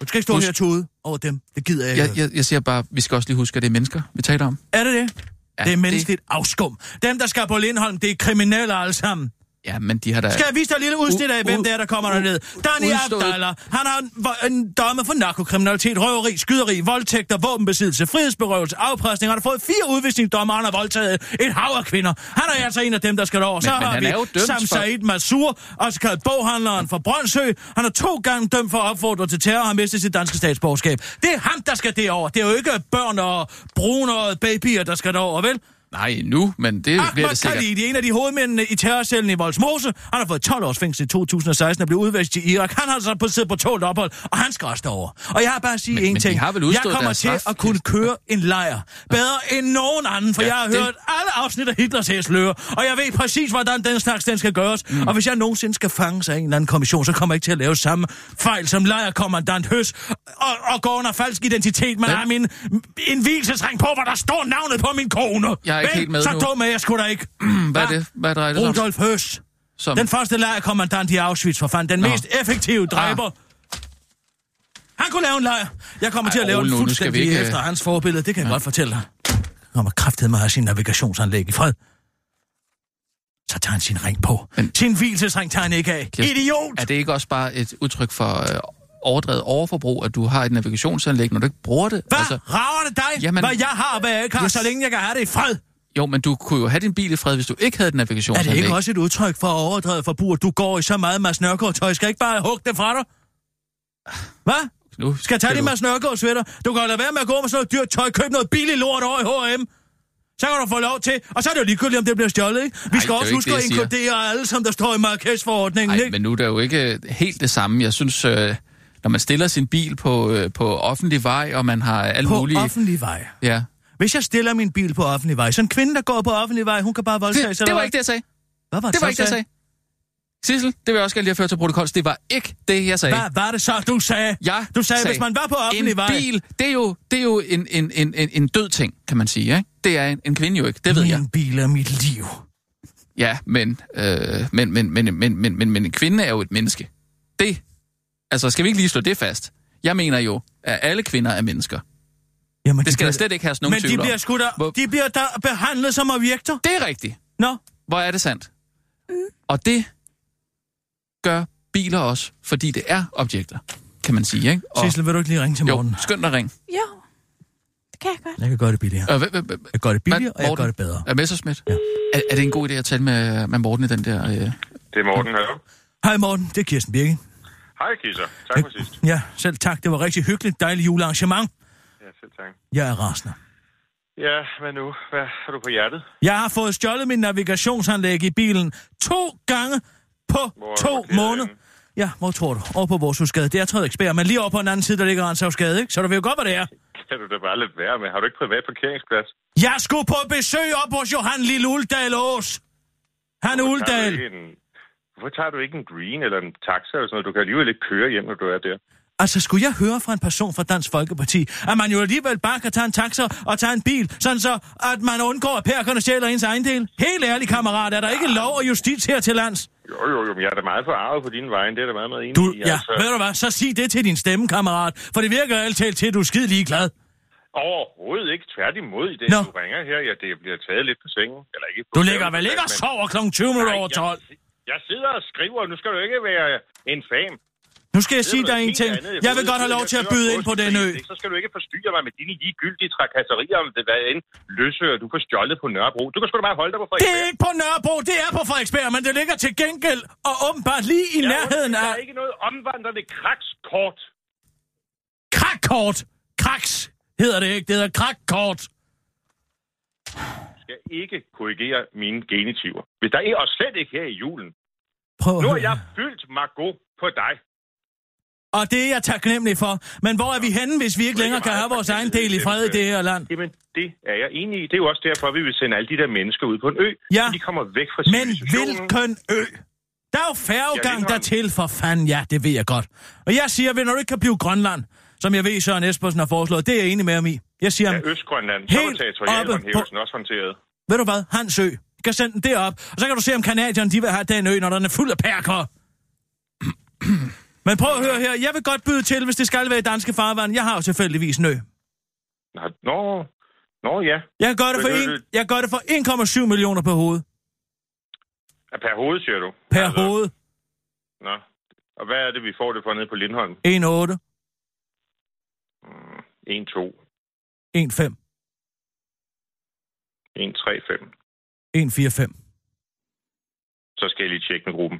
[SPEAKER 6] Du skal ikke stå
[SPEAKER 4] Husk-
[SPEAKER 6] her og tude over dem. Det gider jeg ikke.
[SPEAKER 4] Jeg, jeg, jeg siger bare, vi skal også lige huske, at det er mennesker, vi taler om.
[SPEAKER 6] Er det det?
[SPEAKER 4] Ja,
[SPEAKER 6] Ja, det er
[SPEAKER 4] det-
[SPEAKER 6] menneskeligt det... afskum. Dem, der skal på Lindholm, det er kriminelle alle sammen.
[SPEAKER 4] Ja, men de har da...
[SPEAKER 6] Skal jeg vise dig et lille udsnit af,
[SPEAKER 4] U-
[SPEAKER 6] hvem
[SPEAKER 4] u-
[SPEAKER 6] det er, der kommer
[SPEAKER 4] u-
[SPEAKER 6] derned? Danny
[SPEAKER 4] udstået.
[SPEAKER 6] Abdallah, han har en, vo- en domme for narkokriminalitet, røveri, skyderi, voldtægter, våbenbesiddelse, frihedsberøvelse, afpresning. Han har fået fire udvisningsdommer, han har voldtaget et hav af kvinder. Han er altså en af dem, der skal derover. Så
[SPEAKER 4] men
[SPEAKER 6] har
[SPEAKER 4] han
[SPEAKER 6] vi
[SPEAKER 4] er jo dømt
[SPEAKER 6] Sam
[SPEAKER 4] for-
[SPEAKER 6] Said Masur, også kaldt boghandleren fra Brøndshø. Han er to gange dømt for at opfordre til terror og har mistet sit danske statsborgerskab. Det er ham, der skal derover. Det er jo ikke børn og brune og babyer, der skal derover, vel?
[SPEAKER 4] Nej, nu, men det bliver
[SPEAKER 6] Ahmad
[SPEAKER 4] det sikkert.
[SPEAKER 6] Khalidi, en af de hovedmændene i terrorcellen i Voldsmose. Han har fået 12 års fængsel i 2016 og blev udvist til Irak. Han har så på siddet på tålt ophold, og han skal også derover. Og jeg har bare at sige
[SPEAKER 4] Men-
[SPEAKER 6] en
[SPEAKER 4] men
[SPEAKER 6] ting.
[SPEAKER 4] de har vel
[SPEAKER 6] jeg
[SPEAKER 4] udstået
[SPEAKER 6] kommer
[SPEAKER 4] deres
[SPEAKER 6] til
[SPEAKER 4] straf,
[SPEAKER 6] at kunne
[SPEAKER 4] Kirsten.
[SPEAKER 6] køre en lejr bedre end nogen anden, for
[SPEAKER 4] Ja,
[SPEAKER 6] jeg har
[SPEAKER 4] det-
[SPEAKER 6] hørt alle afsnit af Hitlers hæsløre, og jeg ved præcis, hvordan den slags den skal gøres. Mm. Og hvis jeg nogensinde skal fanges af en eller anden kommission, så kommer jeg ikke til at lave samme fejl som lejrkommandant Høs og, og gå under falsk identitet. Man
[SPEAKER 4] Hvad?
[SPEAKER 6] har min, en hvilesesring på, hvor der står navnet på min kone.
[SPEAKER 4] Jeg er ikke
[SPEAKER 6] Vel,
[SPEAKER 4] helt med
[SPEAKER 6] så
[SPEAKER 4] nu.
[SPEAKER 6] dum er jeg sgu da ikke. <clears throat>
[SPEAKER 4] Hvad er det? Hvad drejer det sig om?
[SPEAKER 6] Rudolf Høst.
[SPEAKER 4] Som...
[SPEAKER 6] Den første lejrkommandant i Auschwitz for fanden. Den
[SPEAKER 4] Nå. Ah.
[SPEAKER 6] mest effektive dræber. Han kunne lave en lejr. Jeg kommer
[SPEAKER 4] Ej,
[SPEAKER 6] til at lave
[SPEAKER 4] rolig
[SPEAKER 6] en
[SPEAKER 4] nu, nu skal vi
[SPEAKER 6] fuldstændig
[SPEAKER 4] ikke, øh,
[SPEAKER 6] efter hans forbillede. Det kan jeg godt fortælle dig. Han kommer kraftedeme at have sin navigationsanlæg i fred. Så tager han sin ring på.
[SPEAKER 4] Men-
[SPEAKER 6] Sin hvilesesring tager han ikke af.
[SPEAKER 4] Kirsten,
[SPEAKER 6] Idiot!
[SPEAKER 4] Er det ikke også bare et udtryk for øh, overdrevet overforbrug, at du har et navigationsanlæg, når du ikke bruger det?
[SPEAKER 6] Hvad altså... rager det dig,
[SPEAKER 4] Jamen-
[SPEAKER 6] hvad jeg har og hvad jeg ikke har,
[SPEAKER 4] Yes.
[SPEAKER 6] så længe jeg kan have det i fred?
[SPEAKER 4] Jo, men du kunne jo have din bil i fred, hvis du ikke havde den navigation.
[SPEAKER 6] Er det ikke også et udtryk for overdrevet forbrug, at du går i så meget Mads Nørgaard-tøj? Skal jeg ikke bare hugge det fra dig? Hvad?
[SPEAKER 4] Nu
[SPEAKER 6] Skal jeg tage
[SPEAKER 4] du-
[SPEAKER 6] din Mads Nørgaard-sweater? Du kan jo lade være med at gå med sådan noget dyrt tøj, købe noget billig lort over i H&M. Så kan du få lov til, og så er det jo ligegyldigt, om det bliver stjålet, ikke? Vi
[SPEAKER 4] Nej,
[SPEAKER 6] skal
[SPEAKER 4] det er
[SPEAKER 6] også
[SPEAKER 4] jo ikke
[SPEAKER 6] huske
[SPEAKER 4] det, jeg
[SPEAKER 6] at
[SPEAKER 4] siger.
[SPEAKER 6] inkludere alle, som der står i Marrakesh-forordningen,
[SPEAKER 4] Nej,
[SPEAKER 6] ikke?
[SPEAKER 4] men nu er det jo ikke øh, helt det samme. Jeg synes, øh, når man stiller sin bil på, øh, på offentlig vej, og man har alle
[SPEAKER 6] På
[SPEAKER 4] mulige...
[SPEAKER 6] offentlig vej.
[SPEAKER 4] Ja.
[SPEAKER 6] Hvis jeg stiller min bil på offentlig vej, så en kvinde, der går på offentlig vej, hun kan bare voldtage
[SPEAKER 4] Det,
[SPEAKER 6] sig.
[SPEAKER 4] det var
[SPEAKER 6] eller
[SPEAKER 4] ikke det, jeg sagde.
[SPEAKER 6] hvad? Hvad var det,
[SPEAKER 4] Det var
[SPEAKER 6] så,
[SPEAKER 4] ikke det, jeg sagde. Sissel, det vil jeg også gerne lige have ført til protokolls. Det var ikke det, jeg sagde.
[SPEAKER 6] Hvad var det så, du sagde?
[SPEAKER 4] Jeg
[SPEAKER 6] du sagde,
[SPEAKER 4] sagde,
[SPEAKER 6] hvis man var på offentlig
[SPEAKER 4] en
[SPEAKER 6] vej...
[SPEAKER 4] bil, det er jo, det er jo en, en, en, en, en død ting, kan man sige. Ikke? Det er en, en kvinde jo ikke, det ved
[SPEAKER 6] min
[SPEAKER 4] jeg.
[SPEAKER 6] bil er mit liv.
[SPEAKER 4] Ja, men, øh, men, men, men, men, men, men, men en kvinde er jo et menneske. Det, altså skal vi ikke lige slå det fast? Jeg mener jo, at alle kvinder er mennesker.
[SPEAKER 6] Jamen,
[SPEAKER 4] Det skal der
[SPEAKER 6] bliver-
[SPEAKER 4] slet ikke have nogen
[SPEAKER 6] Men
[SPEAKER 4] tvivl
[SPEAKER 6] de
[SPEAKER 4] om.
[SPEAKER 6] bliver sgu
[SPEAKER 4] Hvor-
[SPEAKER 6] da, de bliver da behandlet som objekter.
[SPEAKER 4] Det er rigtigt.
[SPEAKER 6] Nå,
[SPEAKER 4] Hvor er det sandt? Og det gør biler også, fordi det er objekter, kan man sige, ikke? Og,
[SPEAKER 6] Sissel, vil du ikke lige ringe til
[SPEAKER 4] jo,
[SPEAKER 6] Morten?
[SPEAKER 4] skynd dig at ringe.
[SPEAKER 5] Jo, det kan jeg godt.
[SPEAKER 6] Jeg kan gøre det billigere.
[SPEAKER 4] Øh, hvad- hvad- hvad-
[SPEAKER 6] Jeg gør det billigere, og jeg
[SPEAKER 4] Morten?
[SPEAKER 6] gør det bedre.
[SPEAKER 4] Er Messerschmidt? Ja. Er, er det en god idé at tale med, med Morten i den der... Øh...
[SPEAKER 7] Det er Morten, hallo.
[SPEAKER 6] Hej Morten, det er Kirsten Birke.
[SPEAKER 7] Hej, Kisser. Tak for sidst.
[SPEAKER 6] Ja, selv tak. Det var rigtig hyggeligt. Dejligt julearrangement.
[SPEAKER 7] Ja, selv tak.
[SPEAKER 6] Jeg er rasende.
[SPEAKER 7] Ja, hvad nu? Hvad har du på hjertet? <laughs>
[SPEAKER 6] Jeg har fået stjålet min navigationsanlæg i bilen to gange på
[SPEAKER 7] Hvor- hvor
[SPEAKER 6] to
[SPEAKER 7] keder
[SPEAKER 6] måneder.
[SPEAKER 7] den?
[SPEAKER 6] Ja, hvor tror du? Over på vores husgade. Det er Frederiksberg, men lige over på den anden side, der ligger Renshavsgade, ikke? Så du ved jo godt, hvad det er.
[SPEAKER 7] Kan du da bare lidt være med? Har du ikke privat parkeringsplads?
[SPEAKER 6] Jeg skulle på besøg op hos Johan Lille Uldal Aas. Han
[SPEAKER 7] Hvorfor tager du
[SPEAKER 6] Uldal.
[SPEAKER 7] ikke en- Hvorfor tager du ikke en green eller en taxa eller sådan noget? Du kan alligevel ikke køre hjem, når du er der.
[SPEAKER 6] Altså, skulle jeg høre fra en person fra Dansk Folkeparti, at man jo alligevel bare kan tage en taxa og tage en bil, sådan så, at man undgår, at perkerne stjæler ens ejendel? Helt ærligt, kammerat, er der ikke lov og justits her til lands?
[SPEAKER 7] Jo, jo, jo, men jeg er da meget forarvet på dine vegne. Det er da meget, meget enig
[SPEAKER 6] Du,
[SPEAKER 7] i. Altså,
[SPEAKER 6] ja, ved du hvad, så sig det til din stemme, kammerat, for det virker alt talt til, at du er skide ligeglad.
[SPEAKER 7] Overhovedet ikke. Tværtimod i det,
[SPEAKER 6] Nå.
[SPEAKER 7] du ringer her. Ja, det bliver taget lidt på sengen. Eller ikke på
[SPEAKER 6] Du
[SPEAKER 7] sengen,
[SPEAKER 6] ligger vel ikke og
[SPEAKER 7] men-
[SPEAKER 6] sover kl. 20 minutter
[SPEAKER 7] Nej,
[SPEAKER 6] over 12?
[SPEAKER 7] Jeg, jeg sidder og skriver. Nu skal du ikke være en fam.
[SPEAKER 6] Nu skal jeg
[SPEAKER 7] Det
[SPEAKER 6] sige
[SPEAKER 7] er noget
[SPEAKER 6] dig en
[SPEAKER 7] helt
[SPEAKER 6] ting.
[SPEAKER 7] andet.
[SPEAKER 6] Jeg vil
[SPEAKER 7] ved,
[SPEAKER 6] godt have lov til at byde
[SPEAKER 7] kører
[SPEAKER 6] ind
[SPEAKER 7] på
[SPEAKER 6] på den ø.
[SPEAKER 7] ikke? Så skal du ikke forstyrre mig med dine ligegyldige trakasserier om det, hvad end løse, du får stjålet på Nørrebro. Du kan sgu da bare holde dig på
[SPEAKER 6] Det er
[SPEAKER 7] Frederiksberg.
[SPEAKER 6] ikke på Nørrebro, det er på Frederiksberg, men det ligger til gengæld og åbenbart lige i
[SPEAKER 7] Jeg
[SPEAKER 6] nærheden
[SPEAKER 7] undskyld,
[SPEAKER 6] af
[SPEAKER 7] Der er ikke noget omvandrende krakskort.
[SPEAKER 6] krakkort. Kraks hedder det ikke, det hedder krakkort.
[SPEAKER 7] Du skal ikke korrigere mine genitiver. Hvis der er og slet ikke her i julen.
[SPEAKER 6] Prøv at
[SPEAKER 7] Nu har
[SPEAKER 6] høre.
[SPEAKER 7] jeg fyldt Margot på dig.
[SPEAKER 6] Og det er jeg taknemmelig for. Men hvor er vi henne, hvis vi ikke
[SPEAKER 7] Det er
[SPEAKER 6] længere kan
[SPEAKER 7] meget
[SPEAKER 6] have vores egen
[SPEAKER 7] taknemmeligt,
[SPEAKER 6] del i
[SPEAKER 7] det er
[SPEAKER 6] fred i
[SPEAKER 7] det.
[SPEAKER 6] det her land?
[SPEAKER 7] Jamen, det er jeg enig i. Det er jo også derfor, vi vil sende alle de der mennesker ud på en ø.
[SPEAKER 6] Ja.
[SPEAKER 7] så De kommer væk fra
[SPEAKER 6] Men
[SPEAKER 7] civilisationen.
[SPEAKER 6] hvilken ø? Der er jo færgegang
[SPEAKER 7] Lindholm.
[SPEAKER 6] dertil, for fanden ja, det ved jeg godt. Og jeg siger, at når du ikke kan blive Grønland, som jeg ved, Søren Espersen har foreslået, det er jeg enig med ham i. Jeg siger,
[SPEAKER 7] Ja,
[SPEAKER 6] ja,
[SPEAKER 7] Østgrønland.
[SPEAKER 6] Helt
[SPEAKER 7] så var territorialhåndhævelsen også håndteret.
[SPEAKER 6] ved du hvad, Hans Ø, Du kan sende den derop, og så kan du se, om kanadierne de vil have den ø, når den er fuld af perker. <clears throat> Men prøv at høre her, jeg vil godt byde til, hvis det skal være i danske farvand. Jeg har jo tilfældigvis en ø.
[SPEAKER 7] Nå, Nå, nå ja.
[SPEAKER 6] Jeg gør det for,
[SPEAKER 7] Men det er
[SPEAKER 6] en,
[SPEAKER 7] det-
[SPEAKER 6] jeg gør det for 1,7 millioner per hoved.
[SPEAKER 7] Ja, Per hoved, siger du? Altså,
[SPEAKER 6] Per hoved,
[SPEAKER 7] Nå. Og hvad er det, vi får det for nede på Lindholm?
[SPEAKER 6] 1,8.
[SPEAKER 7] 1, 2,
[SPEAKER 6] 1,5,
[SPEAKER 7] 1, 3, 5.
[SPEAKER 6] 1,45,
[SPEAKER 7] Så skal jeg lige tjekke med gruppen.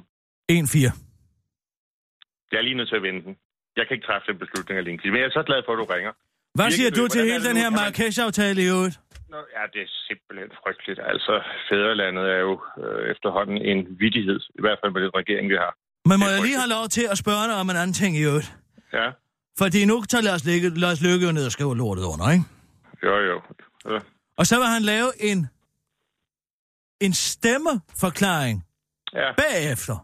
[SPEAKER 6] 1,4.
[SPEAKER 7] Jeg er lige nødt til at vente den. Jeg kan ikke træffe den beslutning alene, Kim. Men jeg er så glad for, at du ringer.
[SPEAKER 6] Hvad
[SPEAKER 7] Virkelig,
[SPEAKER 6] siger du til
[SPEAKER 7] hvordan er
[SPEAKER 6] hele
[SPEAKER 7] det
[SPEAKER 6] den
[SPEAKER 7] nu?
[SPEAKER 6] her
[SPEAKER 7] Kan man-
[SPEAKER 6] Marrakesh-aftale i øvrigt?
[SPEAKER 7] Nå, ja, det er simpelthen frygteligt. Altså, fædrelandet er jo øh, efterhånden en vittighed. I hvert fald med den regering, vi har.
[SPEAKER 6] Men må jeg lige
[SPEAKER 7] Det er frygteligt.
[SPEAKER 6] have lov til at spørge dig om en anden ting i øvrigt?
[SPEAKER 7] Ja,
[SPEAKER 6] Fordi nu tager Lars Lykke, Lars Lykke jo ned og skriver lortet under, ikke?
[SPEAKER 7] jo, jo. Øh,
[SPEAKER 6] Og så vil han lave en, en stemmeforklaring
[SPEAKER 7] Ja,
[SPEAKER 6] bagefter.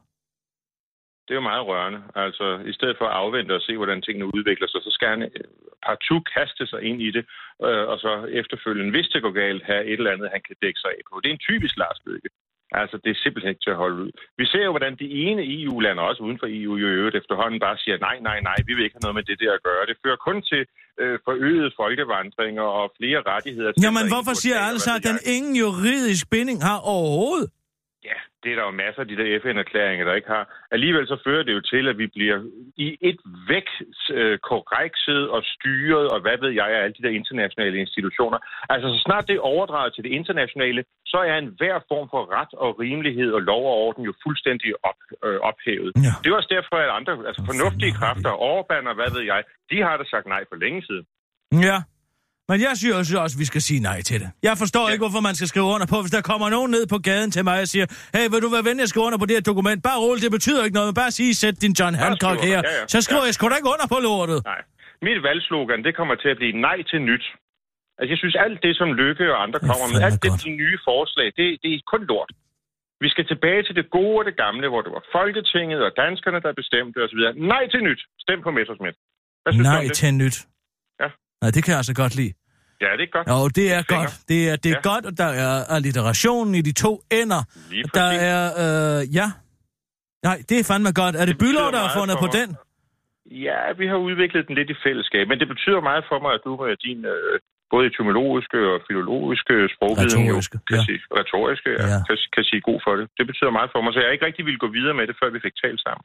[SPEAKER 7] det er jo meget rørende. Altså, i stedet for at afvente og se, hvordan tingene udvikler sig, så skal han øh, partout kaste sig ind i det, øh, og så efterfølgende, hvis det går galt, have et eller andet, han kan dække sig af på. Det er en typisk Lars Løkke. Altså, det er simpelthen ikke til at holde ud. Vi ser jo, hvordan det ene EU-land, også uden for EU i øvrigt, efterhånden bare siger, nej, nej, nej, vi vil ikke have noget med det der at gøre. Det fører kun til øh, forøgede folkevandringer og flere rettigheder. til-
[SPEAKER 6] Jamen, hvorfor siger
[SPEAKER 7] Hvad
[SPEAKER 6] alle så,
[SPEAKER 7] ved
[SPEAKER 6] at den
[SPEAKER 7] jeg?
[SPEAKER 6] ingen juridisk binding har overhovedet?
[SPEAKER 7] Ja, det er der jo masser af de der FN-erklæringer, der ikke har. Alligevel så fører det jo til, at vi bliver i et væk øh, korrekset og styret, og hvad ved jeg, af alle de der internationale institutioner. Altså, så snart det er overdraget til det internationale, så er enhver form for ret og rimelighed og lov og orden jo fuldstændig op, øh, ophævet.
[SPEAKER 6] Ja.
[SPEAKER 7] Ja. Det er også derfor, at andre altså, fornuftige kræfter, Orbán og hvad ved jeg, de har da sagt nej for længe siden.
[SPEAKER 6] Ja. Men jeg synes også, at vi skal sige nej til det. Jeg forstår ja.
[SPEAKER 7] Ja.
[SPEAKER 6] ikke, hvorfor man skal skrive under på, hvis der kommer nogen ned på gaden til mig og siger, hey, vil du være venlig at skrive under på det her dokument? Bare rolig, det betyder ikke noget, men bare sige, sæt din John Hancock
[SPEAKER 7] skriver
[SPEAKER 6] her.
[SPEAKER 7] jeg. Ja,
[SPEAKER 6] Så
[SPEAKER 7] ja.
[SPEAKER 6] skriver
[SPEAKER 7] Ja.
[SPEAKER 6] jeg sgu da ikke under på lortet.
[SPEAKER 7] Nej. Mit valgslogan, det kommer til at blive nej til nyt. Altså, jeg synes, alt det, som Lykke og andre
[SPEAKER 6] Det er
[SPEAKER 7] kommer med,
[SPEAKER 6] fandme
[SPEAKER 7] alt det,
[SPEAKER 6] godt.
[SPEAKER 7] de nye forslag, det, det er kun lort. Vi skal tilbage til det gode og det gamle, hvor det var Folketinget og danskerne, der bestemte osv. Nej til nyt. Stem på Messersmith. Hvad synes du om
[SPEAKER 6] Nej
[SPEAKER 7] det?
[SPEAKER 6] til nyt.
[SPEAKER 7] Ja.
[SPEAKER 6] Nej, det kan jeg altså godt lide.
[SPEAKER 7] Ja, det er godt.
[SPEAKER 6] Jo, det er
[SPEAKER 7] Fingre.
[SPEAKER 6] godt. Det er, det er ja.
[SPEAKER 7] Ja.
[SPEAKER 6] godt, at der er alliterationen i de to ender.
[SPEAKER 7] Lige
[SPEAKER 6] Der
[SPEAKER 7] præcis.
[SPEAKER 6] er, øh, ja. Nej, det er fandme godt. Er det,
[SPEAKER 7] betyder
[SPEAKER 6] Bylov, der har
[SPEAKER 7] meget
[SPEAKER 6] fundet
[SPEAKER 7] for
[SPEAKER 6] på
[SPEAKER 7] mig.
[SPEAKER 6] den?
[SPEAKER 7] Ja, vi har udviklet den lidt i fællesskab, men det betyder meget for mig, at du med din øh, både etymologiske og filologiske øh, sprogviden jo
[SPEAKER 6] Retoriske,
[SPEAKER 7] kan,
[SPEAKER 6] ja.
[SPEAKER 7] sige, retoriske ja,
[SPEAKER 6] Ja.
[SPEAKER 7] ja. Kan, kan sige god for det. Det betyder meget for mig, så jeg ikke rigtig ville gå videre med det, før vi fik talt sammen.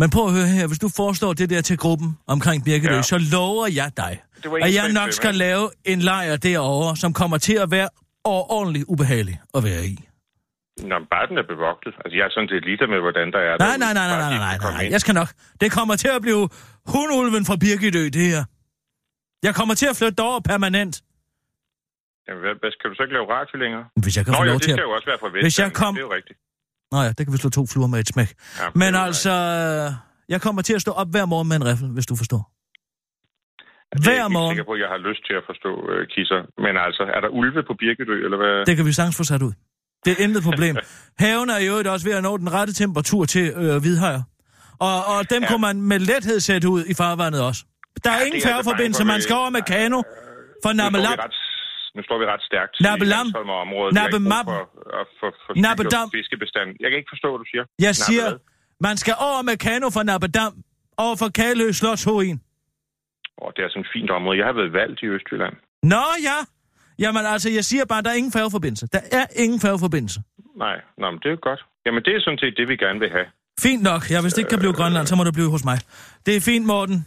[SPEAKER 6] Men prøv at høre her, hvis du foreslår det der til gruppen omkring Birkelø, ja.
[SPEAKER 7] Ja.
[SPEAKER 6] så lover jeg dig,
[SPEAKER 7] Det var
[SPEAKER 6] at
[SPEAKER 7] en
[SPEAKER 6] jeg
[SPEAKER 7] fest,
[SPEAKER 6] nok
[SPEAKER 7] det,
[SPEAKER 6] skal
[SPEAKER 7] hva'?
[SPEAKER 6] lave en lejr derovre, som kommer til at være overordentligt ubehagelig at være i.
[SPEAKER 7] Nå, men bare den er bevogtet. Altså, jeg er sådan set ligeglad med, hvordan der er
[SPEAKER 6] Nej,
[SPEAKER 7] derude.
[SPEAKER 6] nej, nej, nej,
[SPEAKER 7] Bare
[SPEAKER 6] nej,
[SPEAKER 7] de
[SPEAKER 6] nej,
[SPEAKER 7] kan komme
[SPEAKER 6] nej, nej.
[SPEAKER 7] ind.
[SPEAKER 6] Jeg skal nok. Det kommer til at blive hundulven fra Birkelø, det her. Jeg kommer til at flytte derover permanent,
[SPEAKER 7] Jamen, hvad, hvad, skal du så ikke lave radio længere?
[SPEAKER 6] hvis jeg kan
[SPEAKER 7] Nå,
[SPEAKER 6] få
[SPEAKER 7] jo,
[SPEAKER 6] lov
[SPEAKER 7] det
[SPEAKER 6] til at...
[SPEAKER 7] skal jo også være fra Vestland.
[SPEAKER 6] Hvis jeg kom-
[SPEAKER 7] Det er jo rigtigt.
[SPEAKER 6] Nå ja, det kan vi slå to fluer med et smæk.
[SPEAKER 7] Ja, det er
[SPEAKER 6] Men
[SPEAKER 7] jo
[SPEAKER 6] altså, jeg kommer til at stå op hver morgen med en riffel, hvis du forstår.
[SPEAKER 7] rigtigt.
[SPEAKER 6] Hver
[SPEAKER 7] Jeg Altså, er ikke
[SPEAKER 6] morgen.
[SPEAKER 7] sikker på, at jeg har lyst til at forstå øh, kisser. Men altså, er der ulve på Birkedø, eller hvad?
[SPEAKER 6] Det kan vi sagtens få sat ud. Det er intet problem. Haven er i øvrigt også ved at nå den rette temperatur til øh, hvidhajer. Og, og dem ja.
[SPEAKER 7] Ja.
[SPEAKER 6] kunne man med lethed sætte ud i farvandet også. Der er ja, ingen
[SPEAKER 7] det er jeg altså
[SPEAKER 6] færgeforbindelse,
[SPEAKER 7] bange for,
[SPEAKER 6] man skal
[SPEAKER 7] øh,
[SPEAKER 6] over med kano for
[SPEAKER 7] Nu står,
[SPEAKER 6] Namalap.
[SPEAKER 7] vi ret, nu står vi ret stærkt
[SPEAKER 6] Nappelam.
[SPEAKER 7] i Hanstholm-området.
[SPEAKER 6] Nappemap.
[SPEAKER 7] For, for, for, for
[SPEAKER 6] Nappedam.
[SPEAKER 7] fiskebestanden. Jeg kan ikke forstå, hvad du siger.
[SPEAKER 6] Jeg siger,
[SPEAKER 7] Nappelad.
[SPEAKER 6] man skal over med kano for Nabadam over for Kalø Slotshoen.
[SPEAKER 7] Åh, det er sådan et fint område. Jeg har været valgt i Østjylland.
[SPEAKER 6] Nå ja! Jamen altså, jeg siger bare, der er ingen færgeforbindelse. Der er ingen færgeforbindelse.
[SPEAKER 7] Nej, Nå, men det er jo godt. Jamen, det er sådan set det, vi gerne vil have.
[SPEAKER 6] Fint nok. Ja, hvis det ikke kan blive Grønland, så må det blive hos mig. Det er fint, Morten.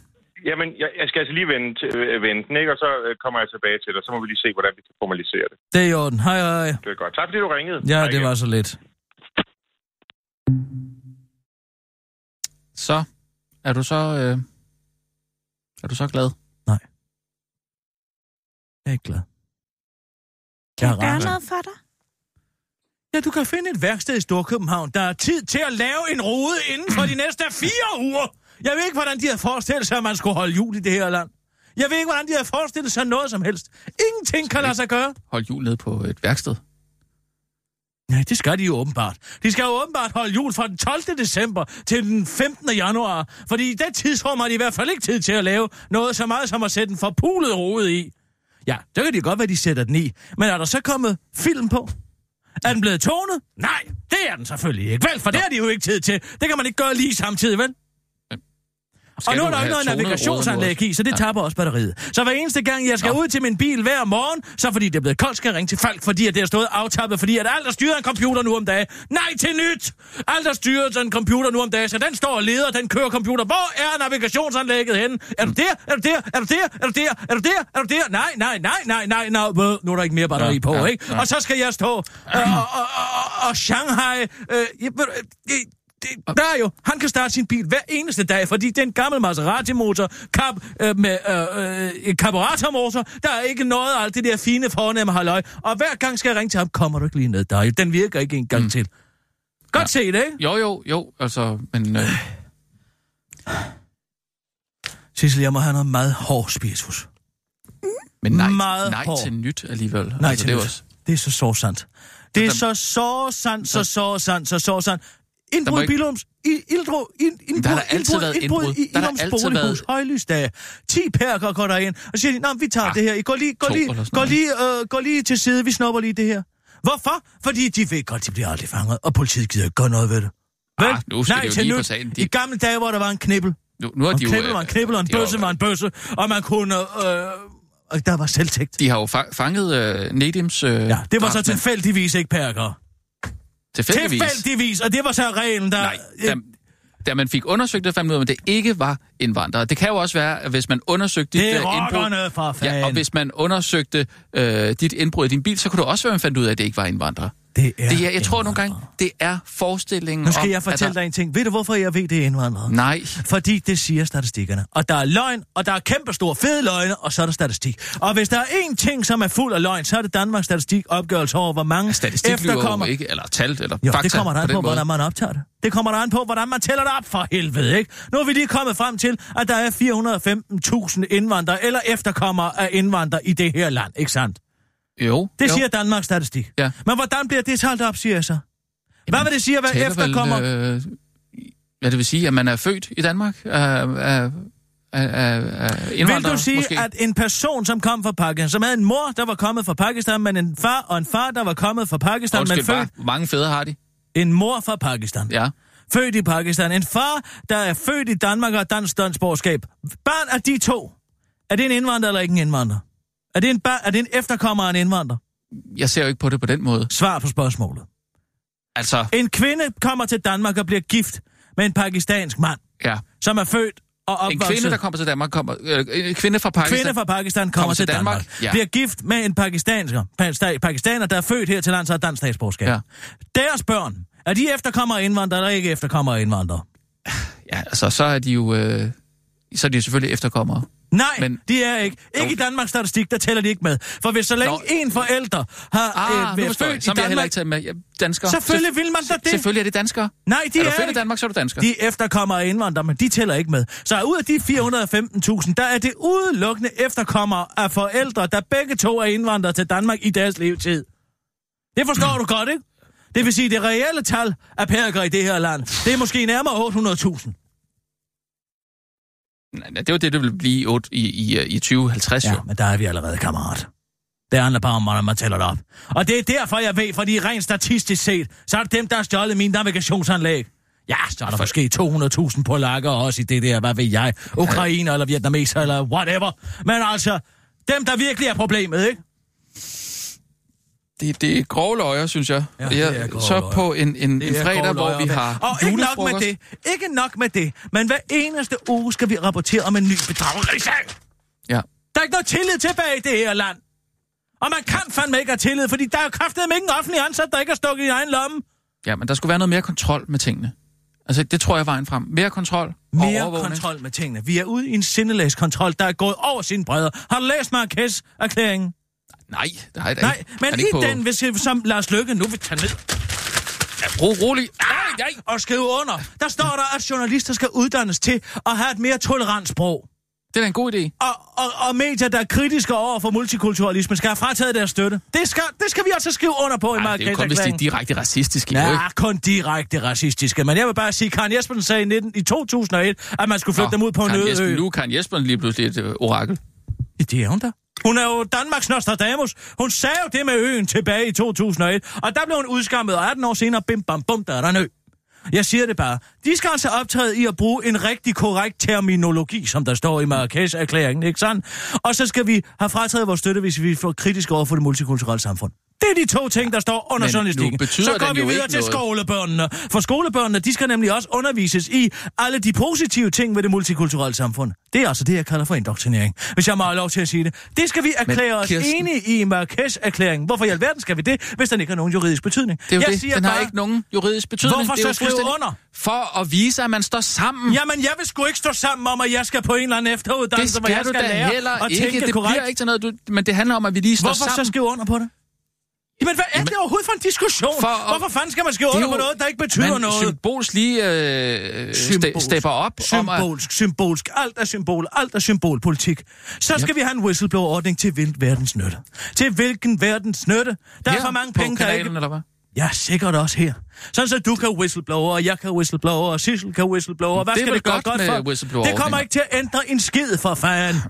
[SPEAKER 7] Jamen, jeg, jeg skal altså lige vende, øh, vende den, ikke? Og så øh, kommer jeg tilbage til dig. Så må vi lige se, hvordan vi kan formalisere det.
[SPEAKER 6] Det er i orden. Hej, hej.
[SPEAKER 7] Det er godt. Tak, fordi du ringede.
[SPEAKER 6] Ja,
[SPEAKER 7] Hej
[SPEAKER 6] det
[SPEAKER 7] igen.
[SPEAKER 6] var så lidt.
[SPEAKER 4] Så er du så... Øh, er du så glad?
[SPEAKER 6] Jeg er ikke glad.
[SPEAKER 5] Kan jeg
[SPEAKER 6] Jeg
[SPEAKER 5] gøre
[SPEAKER 6] raser.
[SPEAKER 5] noget for dig?
[SPEAKER 6] Ja, du kan finde et værksted i Storkøbenhavn, der er tid til at lave en rode inden for de næste fire uger. Jeg ved ikke, hvordan de har forestillet sig, at man skulle holde jul i det her land. Jeg ved ikke, hvordan de har forestillet sig noget som helst. Ingenting kan lade sig gøre.
[SPEAKER 4] Hold jul ned på et værksted.
[SPEAKER 6] Nej, det skal de jo åbenbart. De skal jo åbenbart holde jul fra den 12. december til den 15. januar, fordi i det tidsrum har de i hvert fald ikke tid til at lave noget så meget som at sætte en forpulet rode i. Ja, det kan de godt være, de sætter den i. Men er der så kommet film på? Er den blevet tonet? Nej, det er den selvfølgelig ikke. Vel, for det har de jo ikke tid til. Det kan man ikke gøre lige samtidig, vel?
[SPEAKER 4] Skal
[SPEAKER 6] Og nu er
[SPEAKER 4] du
[SPEAKER 6] der jo
[SPEAKER 4] have
[SPEAKER 6] ikke noget
[SPEAKER 4] tonet
[SPEAKER 6] navigationsanlæg
[SPEAKER 4] ruden nu
[SPEAKER 6] i, så det ja. tapper også batteriet. Så hver eneste gang, jeg skal Nå. ud til min bil hver morgen, så fordi det er blevet koldt, skal jeg ringe til folk, fordi at det er stået aftappet, fordi at alt er styret af en computer nu om dagen. Nej til nyt! Alt er styret af en computer nu om dagen, så den står og leder, den kører computer. Hvor er navigationsanlægget henne? Er du der? Er du der? Er du der? Er du der? Er du der? Er du der? Nej, nej, nej, nej, nej, nej. Bøh, Nu er der ikke mere batteri
[SPEAKER 4] Ja,
[SPEAKER 6] på,
[SPEAKER 4] ja,
[SPEAKER 6] ikke?
[SPEAKER 4] ja.
[SPEAKER 6] Og så skal jeg stå øh, og, og, og, og Shanghai... Øh, jeg, ved- øh, det, der er jo, han kan starte sin bil hver eneste dag, fordi den gamle Maserati-motor kap, øh, med øh, øh, karburatormotor, der er ikke noget af alt det der fine fornemme halløj. Og hver gang skal jeg ringe til ham, kommer du ikke lige ned, der Den virker ikke engang mm. til. Godt ja. set, ikke?
[SPEAKER 4] Jo, jo, jo. Altså, men... Øh,
[SPEAKER 6] Sissel, jeg må have noget meget hård spiritus.
[SPEAKER 4] men nej,
[SPEAKER 6] Meget
[SPEAKER 4] nej
[SPEAKER 6] hård.
[SPEAKER 4] til nyt alligevel. altså,
[SPEAKER 6] Nej,
[SPEAKER 4] det
[SPEAKER 6] altså,
[SPEAKER 4] er
[SPEAKER 6] det,
[SPEAKER 4] jo
[SPEAKER 6] også... det er så sårsandt. Det er så sårsandt, så sårsandt, så sårsandt. Indbrud
[SPEAKER 4] må
[SPEAKER 6] i
[SPEAKER 4] ikke-
[SPEAKER 6] Bilums, i- Ildro, ind-
[SPEAKER 4] der
[SPEAKER 6] indbrud,
[SPEAKER 4] har altid
[SPEAKER 6] indbrud,
[SPEAKER 4] været
[SPEAKER 6] indbrud
[SPEAKER 4] indbrud.
[SPEAKER 6] i
[SPEAKER 4] Der har
[SPEAKER 6] Ilums
[SPEAKER 4] altid
[SPEAKER 6] bolighus,
[SPEAKER 4] været-
[SPEAKER 6] højlysdage. 10 perker går der ind, og siger de, "Nå, men vi tager det her, I går lige, går
[SPEAKER 4] Ah, to
[SPEAKER 6] lige,
[SPEAKER 4] eller sådan
[SPEAKER 6] går
[SPEAKER 4] noget,
[SPEAKER 6] lige, øh, går lige til side, vi snupper lige det her. Hvorfor? Fordi de ved godt, de bliver aldrig fanget, og politiet gider ikke gøre noget ved det. Vel?
[SPEAKER 4] Ah, nu skal
[SPEAKER 6] Nej,
[SPEAKER 4] det jo
[SPEAKER 6] til
[SPEAKER 4] lige
[SPEAKER 6] nu.
[SPEAKER 4] på sagen. De-
[SPEAKER 6] I gamle dage, hvor der var en knibbel,
[SPEAKER 4] nu, nu har
[SPEAKER 6] og
[SPEAKER 4] de
[SPEAKER 6] en
[SPEAKER 4] jo... øh,
[SPEAKER 6] knibbel var en knibbel, og en
[SPEAKER 4] de har jo-
[SPEAKER 6] bøsse var en bøsse, og man kunne, øh, og der var selvtægt.
[SPEAKER 4] De har jo fa- fanget øh, Nedims... Øh,
[SPEAKER 6] Ja, det var så
[SPEAKER 4] drabsmand.
[SPEAKER 6] tilfældigvis ikke perker.
[SPEAKER 4] Tilfældigvis.
[SPEAKER 6] Tilfældigvis, og det var så reglen, der...
[SPEAKER 4] Nej, da, da man fik undersøgt det, fandt man ud af, at det ikke var indvandrere. Det kan jo også være, at hvis man undersøgte dit
[SPEAKER 6] Det er
[SPEAKER 4] øh, indbrud...
[SPEAKER 6] rockerne for fanden.
[SPEAKER 4] Ja, og hvis man undersøgte øh, dit indbrud i din bil, så kunne det også være, at man fandt ud af, at det ikke var indvandrere.
[SPEAKER 6] det er
[SPEAKER 4] Det er, jeg tror nogle
[SPEAKER 6] indvandrere.
[SPEAKER 4] gange, det er forestillingen
[SPEAKER 6] Nu skal
[SPEAKER 4] om,
[SPEAKER 6] jeg fortælle
[SPEAKER 4] at der...
[SPEAKER 6] dig en ting. Ved du, hvorfor jeg ved, det er indvandrere?
[SPEAKER 4] Nej.
[SPEAKER 6] Fordi det siger statistikkerne. Og der er løgn, og der er kæmpestor fede løgne, og så er der statistik. Og hvis der er én ting, som er fuld af løgn, så er det Danmarks statistik opgørelse over, hvor mange
[SPEAKER 4] Statistik lyver jo
[SPEAKER 6] efterkommer...
[SPEAKER 4] ikke, eller tal, eller
[SPEAKER 6] Jo,
[SPEAKER 4] fakta.
[SPEAKER 6] det kommer der an
[SPEAKER 4] den
[SPEAKER 6] på,
[SPEAKER 4] måde.
[SPEAKER 6] hvordan man optager det. Det kommer der an på, hvordan man tæller det op for helvede, ikke? Nu er vi lige kommet frem til, at der er 415.000 indvandrere eller efterkommere af indvandrere i det her land, ikke sandt?
[SPEAKER 4] Jo,
[SPEAKER 6] Det
[SPEAKER 4] jo.
[SPEAKER 6] siger Danmarks statistik.
[SPEAKER 4] Ja.
[SPEAKER 6] Men hvordan bliver det talt op, siger jeg så? Hvad vil det sige at være
[SPEAKER 4] taler
[SPEAKER 6] efterkommer?
[SPEAKER 4] Vel, øh, ja, det vil sige, at man er født i Danmark af, af, af, af indvandrere,
[SPEAKER 6] Vil du
[SPEAKER 4] måske?
[SPEAKER 6] sige, måske? at en person, som kom fra Pakistan, som havde en mor, der var kommet fra Pakistan, men en far og en far, der var kommet fra Pakistan,
[SPEAKER 4] Undskyld,
[SPEAKER 6] men født...
[SPEAKER 4] Hvor mange fædre har de?
[SPEAKER 6] En mor fra Pakistan.
[SPEAKER 4] Ja.
[SPEAKER 6] Født i Pakistan. En far, der er født i Danmark og har dansk statsborgerskab. Barn af de to. Er det en indvandrer eller ikke en indvandrer? Er det en, bar- er det en efterkommer af en indvandrer?
[SPEAKER 4] Jeg ser jo ikke på det på den måde.
[SPEAKER 6] Svar på spørgsmålet.
[SPEAKER 4] Altså,
[SPEAKER 6] En kvinde kommer til Danmark og bliver gift med en pakistansk mand,
[SPEAKER 4] ja.
[SPEAKER 6] som er født og
[SPEAKER 4] En
[SPEAKER 6] opvokset...
[SPEAKER 4] kvinde, der kommer til Danmark, kommer... Øh, en kvinde fra Pakistan.
[SPEAKER 6] Kvinde fra Pakistan kommer til Danmark, Danmark ja. bliver gift med en pakistansker, pasta- pakistaner, der er født her til landet og har dansk statsborgerskab.
[SPEAKER 4] Ja.
[SPEAKER 6] Ja. Deres børn, er de efterkommere af indvandrere eller ikke efterkommere af indvandrere?
[SPEAKER 4] Ja, altså, så er de jo... Øh, så er de jo selvfølgelig efterkommere.
[SPEAKER 6] Nej,
[SPEAKER 4] Men-
[SPEAKER 6] Men... de er ikke. Ikke
[SPEAKER 4] Jo.
[SPEAKER 6] i Danmarks statistik, der tæller de ikke med. For hvis så længe
[SPEAKER 4] Nå.
[SPEAKER 6] en forælder har
[SPEAKER 4] Ah,
[SPEAKER 6] øh,
[SPEAKER 4] nu
[SPEAKER 6] været
[SPEAKER 4] forstår jeg.
[SPEAKER 6] født i
[SPEAKER 4] Så vil jeg heller
[SPEAKER 6] Danmark...
[SPEAKER 4] ikke tage med. Ja, danskere.
[SPEAKER 6] Selvfølgelig vil man da
[SPEAKER 4] Selvfø-
[SPEAKER 6] det.
[SPEAKER 4] Selvfølgelig er det danskere.
[SPEAKER 6] Nej, de
[SPEAKER 4] er
[SPEAKER 6] er,
[SPEAKER 4] du født i
[SPEAKER 6] ikke.
[SPEAKER 4] Danmark, så er du dansker.
[SPEAKER 6] De er efterkommere af indvandrere, men de tæller ikke med. Så ud af de 415.000, der er det udelukkende efterkommere af forældre, der begge to er indvandrere til Danmark i deres levetid. Det forstår du godt, ikke? Det vil sige, det reelle tal af pærker i det her land, det er måske nærmere 800.000.
[SPEAKER 4] Nej, nej, det var det, det ville blive i otte- i, i, øh, i 2050,
[SPEAKER 6] Ja,
[SPEAKER 4] jo.
[SPEAKER 6] men der er vi allerede, kammerat. Det handler bare om, hvordan man tæller det op. Og det er derfor, jeg ved, fordi rent statistisk set, så er det dem, der har stjålet mine navigationsanlæg. Ja, så er der måske 200.000 polakker også i det der, hvad ved jeg, ukrainer eller vietnameser eller whatever. Men altså, dem, der virkelig er problemet, ikke?
[SPEAKER 4] Det, det er grove løjer, synes jeg.
[SPEAKER 6] Ja,
[SPEAKER 4] jeg
[SPEAKER 6] det er grove
[SPEAKER 4] så
[SPEAKER 6] løjer.
[SPEAKER 4] på en, en, en
[SPEAKER 6] Det er
[SPEAKER 4] fredag,
[SPEAKER 6] grove
[SPEAKER 4] hvor
[SPEAKER 6] løjer,
[SPEAKER 4] vi
[SPEAKER 6] mand.
[SPEAKER 4] har
[SPEAKER 6] Og ikke nok med
[SPEAKER 4] julefrokost.
[SPEAKER 6] det, ikke nok med det, men hver eneste uge skal vi rapportere om en ny bedragerisag.
[SPEAKER 4] Ja.
[SPEAKER 6] Der er ikke noget tillid tilbage i det her land. Og man kan fandme ikke have tillid, fordi der er jo kraftedeme ikke en offentlig ansat, der ikke har stukket i egen lomme.
[SPEAKER 4] ja, men der skulle være noget mere kontrol med tingene. Altså, det tror jeg er vejen frem. Mere kontrol og
[SPEAKER 6] Mere
[SPEAKER 4] overvågning.
[SPEAKER 6] kontrol med tingene. Vi er ude i en sindelagskontrol, der er gået over sine bredder. Har du læst Marquez-erklæringen?
[SPEAKER 4] Nej, det har jeg da
[SPEAKER 6] Nej,
[SPEAKER 4] ikke. Er
[SPEAKER 6] men
[SPEAKER 4] det
[SPEAKER 6] i
[SPEAKER 4] ikke på...
[SPEAKER 6] den, hvis, som Lars Løkke nu vil tage ned
[SPEAKER 4] Ro, rolig. Nej, nej.
[SPEAKER 6] og skrive under, der står der, at journalister skal uddannes til at have et mere tolerant sprog.
[SPEAKER 4] Det er da en god idé.
[SPEAKER 6] Og, og, og medier, der er kritiske over for multikulturalisme, skal have frataget deres støtte. Det skal, det skal vi altså skrive under på i
[SPEAKER 4] Ej, det er jo kun, hvis de er
[SPEAKER 6] Marquez-erklæringen.
[SPEAKER 4] direkte racistiske. jo ikke?
[SPEAKER 6] Ja, kun direkte racistiske. Men jeg vil bare sige, at Karen Jespersen sagde i, 19, i 2001, at man skulle flytte
[SPEAKER 4] Nå,
[SPEAKER 6] dem ud på en
[SPEAKER 4] Karen
[SPEAKER 6] øde
[SPEAKER 4] Jesper,
[SPEAKER 6] ø.
[SPEAKER 4] Nu er Karen Jesper lige pludselig et øh, orakel.
[SPEAKER 6] Det er hun da. Hun er jo Danmarks Nostradamus. Hun sagde jo det med øen tilbage i 2001, og der blev hun udskammet, og 18 år senere, bim bam bum, der er der en ø. Jeg siger det bare. De skal altså optræde i at bruge en rigtig korrekt terminologi, som der står i Marrakesh-erklæringen, ikke sandt? Og så skal vi have frataget vores støtte, hvis vi får kritisk over for det multikulturelle samfund. Det er de to ting, der står under
[SPEAKER 4] Men nu
[SPEAKER 6] journalistikken.
[SPEAKER 4] betyder
[SPEAKER 6] Så går
[SPEAKER 4] den
[SPEAKER 6] vi
[SPEAKER 4] jo
[SPEAKER 6] videre
[SPEAKER 4] ikke
[SPEAKER 6] til
[SPEAKER 4] noget.
[SPEAKER 6] skolebørnene. For skolebørnene, de skal nemlig også undervises i alle de positive ting ved det multikulturelle samfund. Det er altså det, jeg kalder for indoktrinering. Hvis jeg må have lov til at sige det. Det skal vi erklære os
[SPEAKER 4] Kirsten-
[SPEAKER 6] enige i i Marrakesh-erklæringen. Hvorfor i alverden skal vi det, hvis den ikke har nogen juridisk betydning?
[SPEAKER 4] Det er jo
[SPEAKER 6] jeg
[SPEAKER 4] det. Den har ikke nogen juridisk betydning.
[SPEAKER 6] Hvorfor
[SPEAKER 4] det er jo
[SPEAKER 6] så skrive
[SPEAKER 4] fuldstændig-
[SPEAKER 6] under?
[SPEAKER 4] For at vise, at man står sammen.
[SPEAKER 6] Jamen, jeg vil sgu ikke stå sammen om, at jeg skal på en eller anden
[SPEAKER 4] det
[SPEAKER 6] efteruddannelse, hvor
[SPEAKER 4] skal
[SPEAKER 6] altså, jeg
[SPEAKER 4] du
[SPEAKER 6] skal
[SPEAKER 4] da
[SPEAKER 6] lære
[SPEAKER 4] heller
[SPEAKER 6] at
[SPEAKER 4] ikke.
[SPEAKER 6] tænke
[SPEAKER 4] Det
[SPEAKER 6] korrekt.
[SPEAKER 4] bliver ikke til noget, du, men det handler om, at vi lige står
[SPEAKER 6] Hvorfor
[SPEAKER 4] sammen.
[SPEAKER 6] så skrive under på det? Jamen, hvad er det overhovedet for en diskussion?
[SPEAKER 4] For at-
[SPEAKER 6] Hvorfor fanden skal man skrive
[SPEAKER 4] Det er
[SPEAKER 6] under på
[SPEAKER 4] jo-
[SPEAKER 6] noget, der ikke betyder
[SPEAKER 4] man
[SPEAKER 6] noget?
[SPEAKER 4] symbolsk lige øh, ste, stepper op om at...
[SPEAKER 6] Symbolsk, symbolsk. Alt er symbol. Alt er symbolpolitik. Så skal vi have en whistleblower-ordning til hvilken verdens nytte. Til hvilken verdens nytte? Der er
[SPEAKER 4] her
[SPEAKER 6] for mange
[SPEAKER 4] på
[SPEAKER 6] penge, der
[SPEAKER 4] kanalen,
[SPEAKER 6] ikke...
[SPEAKER 4] Eller hvad?
[SPEAKER 6] Ja, sikkert også her. Sådan så du kan whistleblower, og jeg kan whistleblower, og Sissel kan whistleblower. Hvad
[SPEAKER 4] Det er
[SPEAKER 6] skal
[SPEAKER 4] vel
[SPEAKER 6] det gøre
[SPEAKER 4] godt
[SPEAKER 6] godt,
[SPEAKER 4] med
[SPEAKER 6] for? Det
[SPEAKER 4] whistleblower-ordninger. Altså,
[SPEAKER 6] kommer ikke til at ændre en skid for fanden.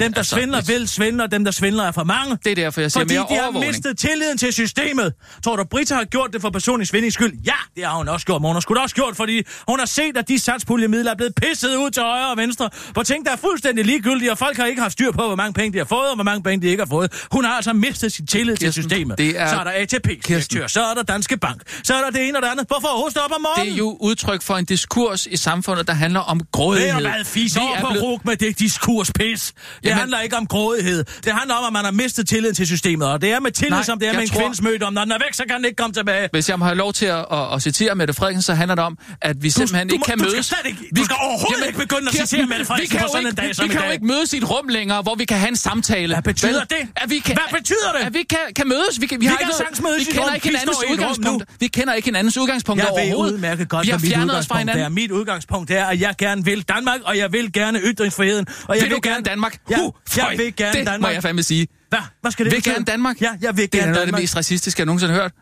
[SPEAKER 6] Dem, der svindler,
[SPEAKER 4] hvis-
[SPEAKER 6] vil svindle, og dem, der svindler, er for mange.
[SPEAKER 4] Det er derfor, jeg siger
[SPEAKER 6] Fordi
[SPEAKER 4] mere
[SPEAKER 6] de har
[SPEAKER 4] overvågning.
[SPEAKER 6] mistet tilliden til systemet. Tror du, Britta har gjort det for personlig svindings skyld? Ja, det har hun også gjort, men hun har sgu da også gjort, fordi hun har set, at de satspuljemidler er blevet pisset ud til højre og venstre. På ting, der er fuldstændig ligegyldige, og folk har ikke haft styr på, hvor mange penge de har fået, og hvor mange penge de ikke har fået. Hun har altså mistet sin tillid til
[SPEAKER 4] Kirsten,
[SPEAKER 6] systemet.
[SPEAKER 4] det er-
[SPEAKER 6] Så er der ATP's direktør, så er der Danske Bank. Så er der det ene og det andet. Hvorfor hoste op om morgenen?
[SPEAKER 4] Det er jo udtryk for en diskurs i samfundet, der handler om
[SPEAKER 6] Ved
[SPEAKER 4] grådighed.
[SPEAKER 6] du hvad, fis over på ruk med det diskurspis. Det
[SPEAKER 4] Jamen-
[SPEAKER 6] handler ikke om grådighed. Det handler om, at man har mistet tilliden til systemet. Og det er med tillid,
[SPEAKER 4] Nej,
[SPEAKER 6] som det er med
[SPEAKER 4] jeg
[SPEAKER 6] en
[SPEAKER 4] tror-
[SPEAKER 6] kvindes mødom. Når den er væk, så kan den ikke komme tilbage.
[SPEAKER 4] Hvis jeg må have lov til at, at, at citere Mette Frederiksen, så handler det om, at vi simpelthen
[SPEAKER 6] du
[SPEAKER 4] ikke
[SPEAKER 6] må-
[SPEAKER 4] kan
[SPEAKER 6] du skal
[SPEAKER 4] mødes.
[SPEAKER 6] slet ikke- du skal overhovedet ikke begynde at
[SPEAKER 4] Kirsten,
[SPEAKER 6] citere Mette
[SPEAKER 4] vi
[SPEAKER 6] Frederiksen
[SPEAKER 4] kan
[SPEAKER 6] på
[SPEAKER 4] jo
[SPEAKER 6] sådan en
[SPEAKER 4] ikke-
[SPEAKER 6] dag som
[SPEAKER 4] Vi
[SPEAKER 6] i
[SPEAKER 4] kan jo
[SPEAKER 6] dag.
[SPEAKER 4] ikke mødes i et rum længere, hvor vi kan have en samtale.
[SPEAKER 6] Hvad
[SPEAKER 4] Vel,
[SPEAKER 6] betyder det?
[SPEAKER 4] At vi kan,
[SPEAKER 6] Hvad betyder det?
[SPEAKER 4] At vi kan, kan mødes. Vi, kan, vi,
[SPEAKER 6] Vi
[SPEAKER 4] har
[SPEAKER 6] kan
[SPEAKER 4] ikke,
[SPEAKER 6] sagtens mødes
[SPEAKER 4] vi
[SPEAKER 6] i et
[SPEAKER 4] kender
[SPEAKER 6] rum.
[SPEAKER 4] ikke
[SPEAKER 6] Vi
[SPEAKER 4] hinandens
[SPEAKER 6] står i et rum
[SPEAKER 4] udgangspunkter. Vi kender ikke hinandens udgangspunkter
[SPEAKER 6] Jeg ved
[SPEAKER 4] overhovedet.
[SPEAKER 6] udmærket godt,
[SPEAKER 4] vi har
[SPEAKER 6] hvad mit
[SPEAKER 4] fjernet os fra
[SPEAKER 6] udgangspunkt er.
[SPEAKER 4] hinanden.
[SPEAKER 6] Mit udgangspunkt er, at jeg gerne vil Danmark, og jeg vil gerne ytringsfriheden. Og jeg
[SPEAKER 4] Vil du gerne Danmark?
[SPEAKER 6] Ja,
[SPEAKER 4] Huh,
[SPEAKER 6] jeg
[SPEAKER 4] føj,
[SPEAKER 6] vil gerne
[SPEAKER 4] det
[SPEAKER 6] Danmark.
[SPEAKER 4] må jeg fandme sige.
[SPEAKER 6] Hvad? Hvad skal det
[SPEAKER 4] Vil
[SPEAKER 6] betyde?
[SPEAKER 4] gerne Danmark?
[SPEAKER 6] Ja, jeg vil
[SPEAKER 4] Det er
[SPEAKER 6] gerne
[SPEAKER 4] noget af det
[SPEAKER 6] Danmark.
[SPEAKER 4] mest racistiske, jeg nogensinde har hørt.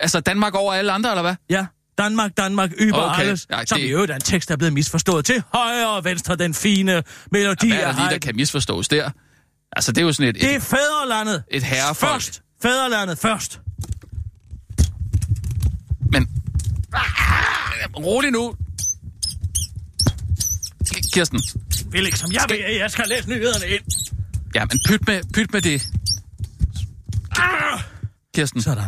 [SPEAKER 4] Altså Danmark over alle andre, eller hvad?
[SPEAKER 6] Ja, Danmark, Danmark, Yber
[SPEAKER 4] Okay.
[SPEAKER 6] okay. alles,
[SPEAKER 4] Nej,
[SPEAKER 6] som
[SPEAKER 4] det-
[SPEAKER 6] det... i øvrigt er en tekst, der er blevet misforstået til højre og venstre, den fine melodi
[SPEAKER 4] Hvad er
[SPEAKER 6] af
[SPEAKER 4] der lige, der
[SPEAKER 6] Haydn.
[SPEAKER 4] kan misforstås der? Altså, det er jo sådan et...
[SPEAKER 6] Det
[SPEAKER 4] et
[SPEAKER 6] er fædrelandet
[SPEAKER 4] Et herrefolk.
[SPEAKER 6] først. Fædrelandet først.
[SPEAKER 4] men... Ah, rolig nu. K- Kirsten.
[SPEAKER 6] Vil ikke som jeg
[SPEAKER 4] Skal- Mm.
[SPEAKER 6] vil, jeg skal læse nyhederne ind.
[SPEAKER 4] Ja, men pyt med, pyt med det.
[SPEAKER 6] Ah!
[SPEAKER 4] Kirsten,
[SPEAKER 6] Sådan.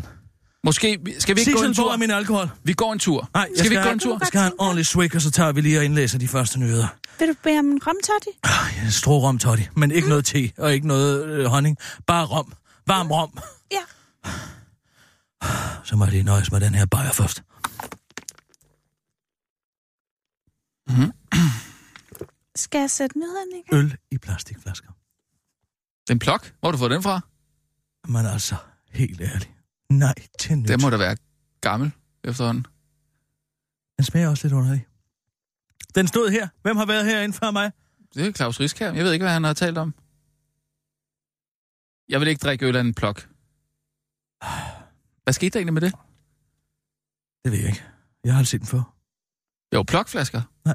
[SPEAKER 4] måske... vi- Skal vi ikke gå en
[SPEAKER 6] Sissel, hvor
[SPEAKER 4] tur?
[SPEAKER 6] er min alkohol?
[SPEAKER 4] Vi går en tur.
[SPEAKER 6] Nej, jeg
[SPEAKER 4] skal vi ikke gå en tur?
[SPEAKER 6] Jeg skal have en ordentlig swig, og så tager vi lige og indlæser de første nyheder.
[SPEAKER 5] Vil du bede om en romtotti?
[SPEAKER 6] En strå rom, Totti. Men
[SPEAKER 4] Mm.
[SPEAKER 6] ikke noget te, og ikke noget øh, honning. Bare rom. Varm rom.
[SPEAKER 5] Ja.
[SPEAKER 6] Så må jeg lige nøjes med den her bajer først.
[SPEAKER 5] Skal jeg sætte nyhederne i gang?
[SPEAKER 6] Øl i plastikflasker.
[SPEAKER 4] En plok? Hvor har du fået den fra?
[SPEAKER 6] Men altså, helt ærligt. Nej, til nyt.
[SPEAKER 4] Den må da være gammel efterhånden.
[SPEAKER 6] Den smager også lidt underlig. Den stod her. Hvem har været herinde før mig?
[SPEAKER 4] Det er Claus Riskær. Jeg ved ikke, hvad han har talt om. Jeg vil ikke drikke øl af en plok. Hvad skete der egentlig med det?
[SPEAKER 6] Det ved jeg ikke. Jeg har aldrig set den før.
[SPEAKER 4] Jo, plokflasker.
[SPEAKER 6] Nej.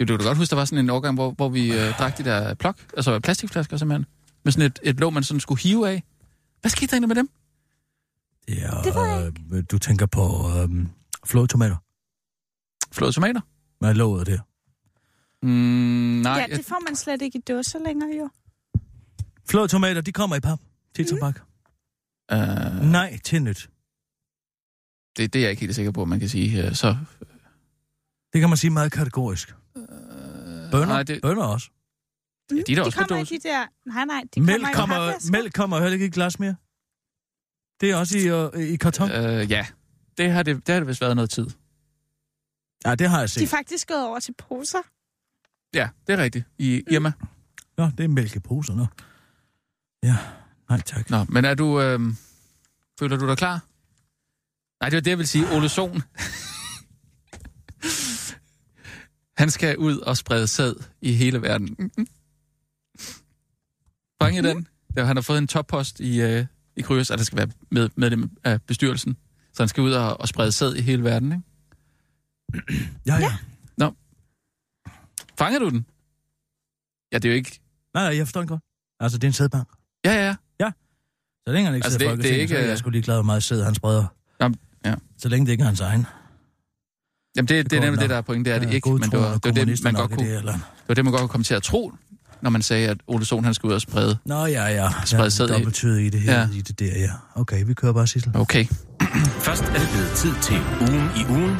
[SPEAKER 4] Jo, du kan da godt huske, der var sådan en årgang, hvor, hvor vi øh, drak de der plok, altså plastikflasker simpelthen, med sådan et, et låg, man sådan skulle hive af. Hvad skete der egentlig med dem?
[SPEAKER 6] Det, er,
[SPEAKER 5] Det ved jeg
[SPEAKER 6] øh, du tænker på øh, flodtomater.
[SPEAKER 4] Flåede tomater?
[SPEAKER 6] Med låget der.
[SPEAKER 4] Mm, nej,
[SPEAKER 5] Ja,
[SPEAKER 4] jeg,
[SPEAKER 5] det får man slet ikke i dåser længere, jo.
[SPEAKER 6] Flodtomater, de kommer i pap. Til tobak.
[SPEAKER 4] øh,
[SPEAKER 6] Nej, til nyt.
[SPEAKER 4] det, det er jeg ikke helt sikker på, man kan sige. øh, Så,
[SPEAKER 6] Det kan man sige meget kategorisk. Bønder,
[SPEAKER 4] nej,
[SPEAKER 6] nej,
[SPEAKER 4] det-
[SPEAKER 6] det... bønder også.
[SPEAKER 5] Mm,
[SPEAKER 4] de er da også på
[SPEAKER 5] kommer i
[SPEAKER 4] dåse.
[SPEAKER 5] de der... Nej, nej, de
[SPEAKER 6] De mælk,
[SPEAKER 5] kommer,
[SPEAKER 6] kommer,
[SPEAKER 5] i altså. papvæsker.
[SPEAKER 6] mælk kommer heller ikke i glas mere. Det er også i, øh, i karton. Øh.
[SPEAKER 4] øh, ja, det har det, det har det vist været noget tid.
[SPEAKER 6] Ja, det har jeg
[SPEAKER 5] De er
[SPEAKER 6] set.
[SPEAKER 5] faktisk gået over til poser.
[SPEAKER 4] Ja, det er rigtigt. I Irma.
[SPEAKER 6] Nå, det er mælkeposer, nå. Ja, nej tak.
[SPEAKER 4] Nå, men er du... Øh, føler du dig klar? Nej, det var det, jeg vil sige. Ole Sohn. <laughs> Han skal ud og sprede sæd i hele verden. Fange Mm-hmm. i den. Ja, han har fået en toppost i, øh, i Kryos, og der skal være med, medlem af bestyrelsen. Så han skal ud og, og sprede sæd i hele verden, ikke?
[SPEAKER 6] Ja, ja.
[SPEAKER 4] Fanger du den? Ja, det er jo ikke...
[SPEAKER 6] Nej, nej, jeg forstår den godt. Altså, det er en sædbank.
[SPEAKER 4] Ja, ja, ja.
[SPEAKER 6] Så længe han ikke
[SPEAKER 4] Altså,
[SPEAKER 6] altså, sidder
[SPEAKER 4] det-
[SPEAKER 6] det,
[SPEAKER 4] det er
[SPEAKER 6] det ikke...
[SPEAKER 4] ikke,
[SPEAKER 6] så er
[SPEAKER 4] øh,
[SPEAKER 6] jeg skulle lige glad, hvor meget sæd han spreder.
[SPEAKER 4] Jamen, ja.
[SPEAKER 6] Så længe det ikke er hans egen.
[SPEAKER 4] Jamen, det, det, det er
[SPEAKER 6] går
[SPEAKER 4] nemlig
[SPEAKER 6] nok.
[SPEAKER 4] det, der er pointen. Det er det
[SPEAKER 6] Ja,
[SPEAKER 4] ikke, men det
[SPEAKER 6] godtroende
[SPEAKER 4] var, det, var det,
[SPEAKER 6] kommunister
[SPEAKER 4] man
[SPEAKER 6] nok
[SPEAKER 4] godt
[SPEAKER 6] i
[SPEAKER 4] kunne, det,
[SPEAKER 6] Det, eller...
[SPEAKER 4] var det, man godt kunne komme til at tro, når man sagde, at Ole Sohn, han skulle ud og sprede
[SPEAKER 6] Nå, ja, ja.
[SPEAKER 4] Sprede sæd
[SPEAKER 6] ja,
[SPEAKER 4] i-
[SPEAKER 6] dobbelttydigt i det her,
[SPEAKER 4] Ja.
[SPEAKER 6] ja. i det der, ja. Okay, vi kører bare, Sissel.
[SPEAKER 4] Okay.
[SPEAKER 8] Først er det blevet tid til ugen i ugen.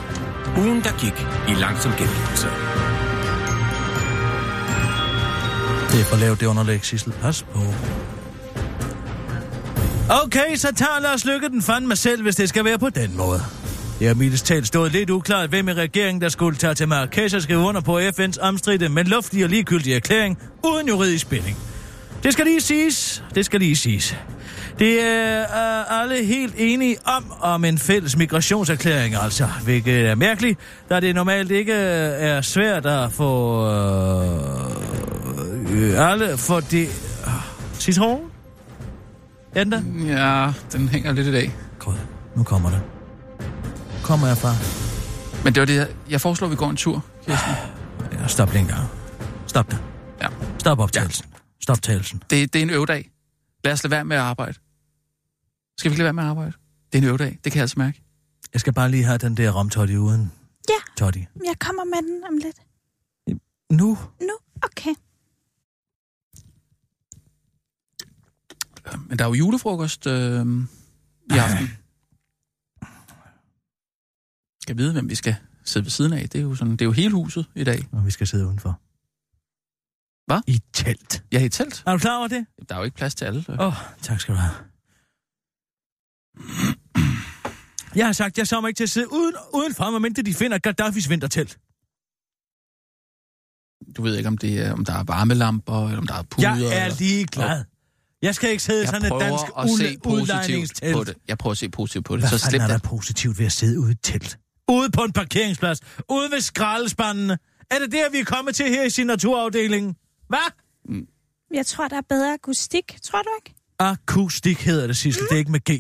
[SPEAKER 8] Ugen, der gik i langsom gengivelse.
[SPEAKER 6] Det er for lavt, det underlæg, Sissel. Pas på. Okay, så tager Lars Lykke den fandme selv, hvis det skal være på den måde. Det har mildest talt stået lidt uklart, hvem i regeringen, der skulle tage til Marrakesh og skrive under på FN's omstridte, men luftig og ligegyldig erklæring, uden juridisk spænding. Det skal lige siges. Det skal lige siges. Det er øh, alle helt enige om, om en fælles migrationserklæring, altså, hvilket er mærkeligt, da det normalt ikke øh, er svært at få øh, øh, alle, for det... Øh, Citron? Enda?
[SPEAKER 4] Ja, den hænger lidt i dag.
[SPEAKER 6] God, Mm, nu kommer det. Kommer jeg fra?
[SPEAKER 4] Men det var det, jeg, jeg foreslår, at vi går en tur. Kirsten.
[SPEAKER 6] Ja, stop lige en gang. Stop det.
[SPEAKER 4] Ja.
[SPEAKER 6] Stop optagelsen. Stop tagelsen.
[SPEAKER 4] Det, det er en øvedag. Lad os lade være med at arbejde. Skal vi ikke lade være med at arbejde? Det er en øvedag. Det kan jeg altså mærke.
[SPEAKER 6] Jeg skal bare lige have den der romtotti uden.
[SPEAKER 5] Ja.
[SPEAKER 6] Totti.
[SPEAKER 5] Jeg kommer med den om lidt.
[SPEAKER 6] Nu?
[SPEAKER 5] Nu? Okay.
[SPEAKER 4] Men der er jo julefrokost øh, i aften. Skal vide, hvem vi skal sidde ved siden af. Det er jo, sådan, det er jo hele huset i dag.
[SPEAKER 6] Og vi skal sidde udenfor.
[SPEAKER 4] Hvad?
[SPEAKER 6] I telt.
[SPEAKER 4] Jeg er i telt.
[SPEAKER 6] Er du klar over det?
[SPEAKER 4] Der er jo ikke plads til alle.
[SPEAKER 6] Åh, oh, tak skal du have. Jeg har sagt, jeg sommer ikke til at sidde uden, uden for mig, indtil de finder Gaddafis vintertelt.
[SPEAKER 4] Du ved ikke, om, det er, om der er varmelamper, eller om der er puder.
[SPEAKER 6] Jeg er
[SPEAKER 4] eller...
[SPEAKER 6] lige glad. Jeg skal ikke sidde i
[SPEAKER 4] jeg
[SPEAKER 6] sådan et
[SPEAKER 4] prøver
[SPEAKER 6] dansk
[SPEAKER 4] at se
[SPEAKER 6] ule-
[SPEAKER 4] positivt
[SPEAKER 6] udlejningstelt.
[SPEAKER 4] på det. Jeg prøver at se positivt på det.
[SPEAKER 6] Hvad
[SPEAKER 4] så
[SPEAKER 6] fanden
[SPEAKER 4] slip
[SPEAKER 6] er der
[SPEAKER 4] det.
[SPEAKER 6] positivt ved at sidde ude i et telt? Ude på en parkeringsplads. Ude ved skraldespandene. Er det der, vi er kommet til her i sin naturafdeling? Hvad?
[SPEAKER 5] Jeg tror, der er bedre akustik, tror du ikke?
[SPEAKER 6] Akustik hedder det sidste, det er ikke med G.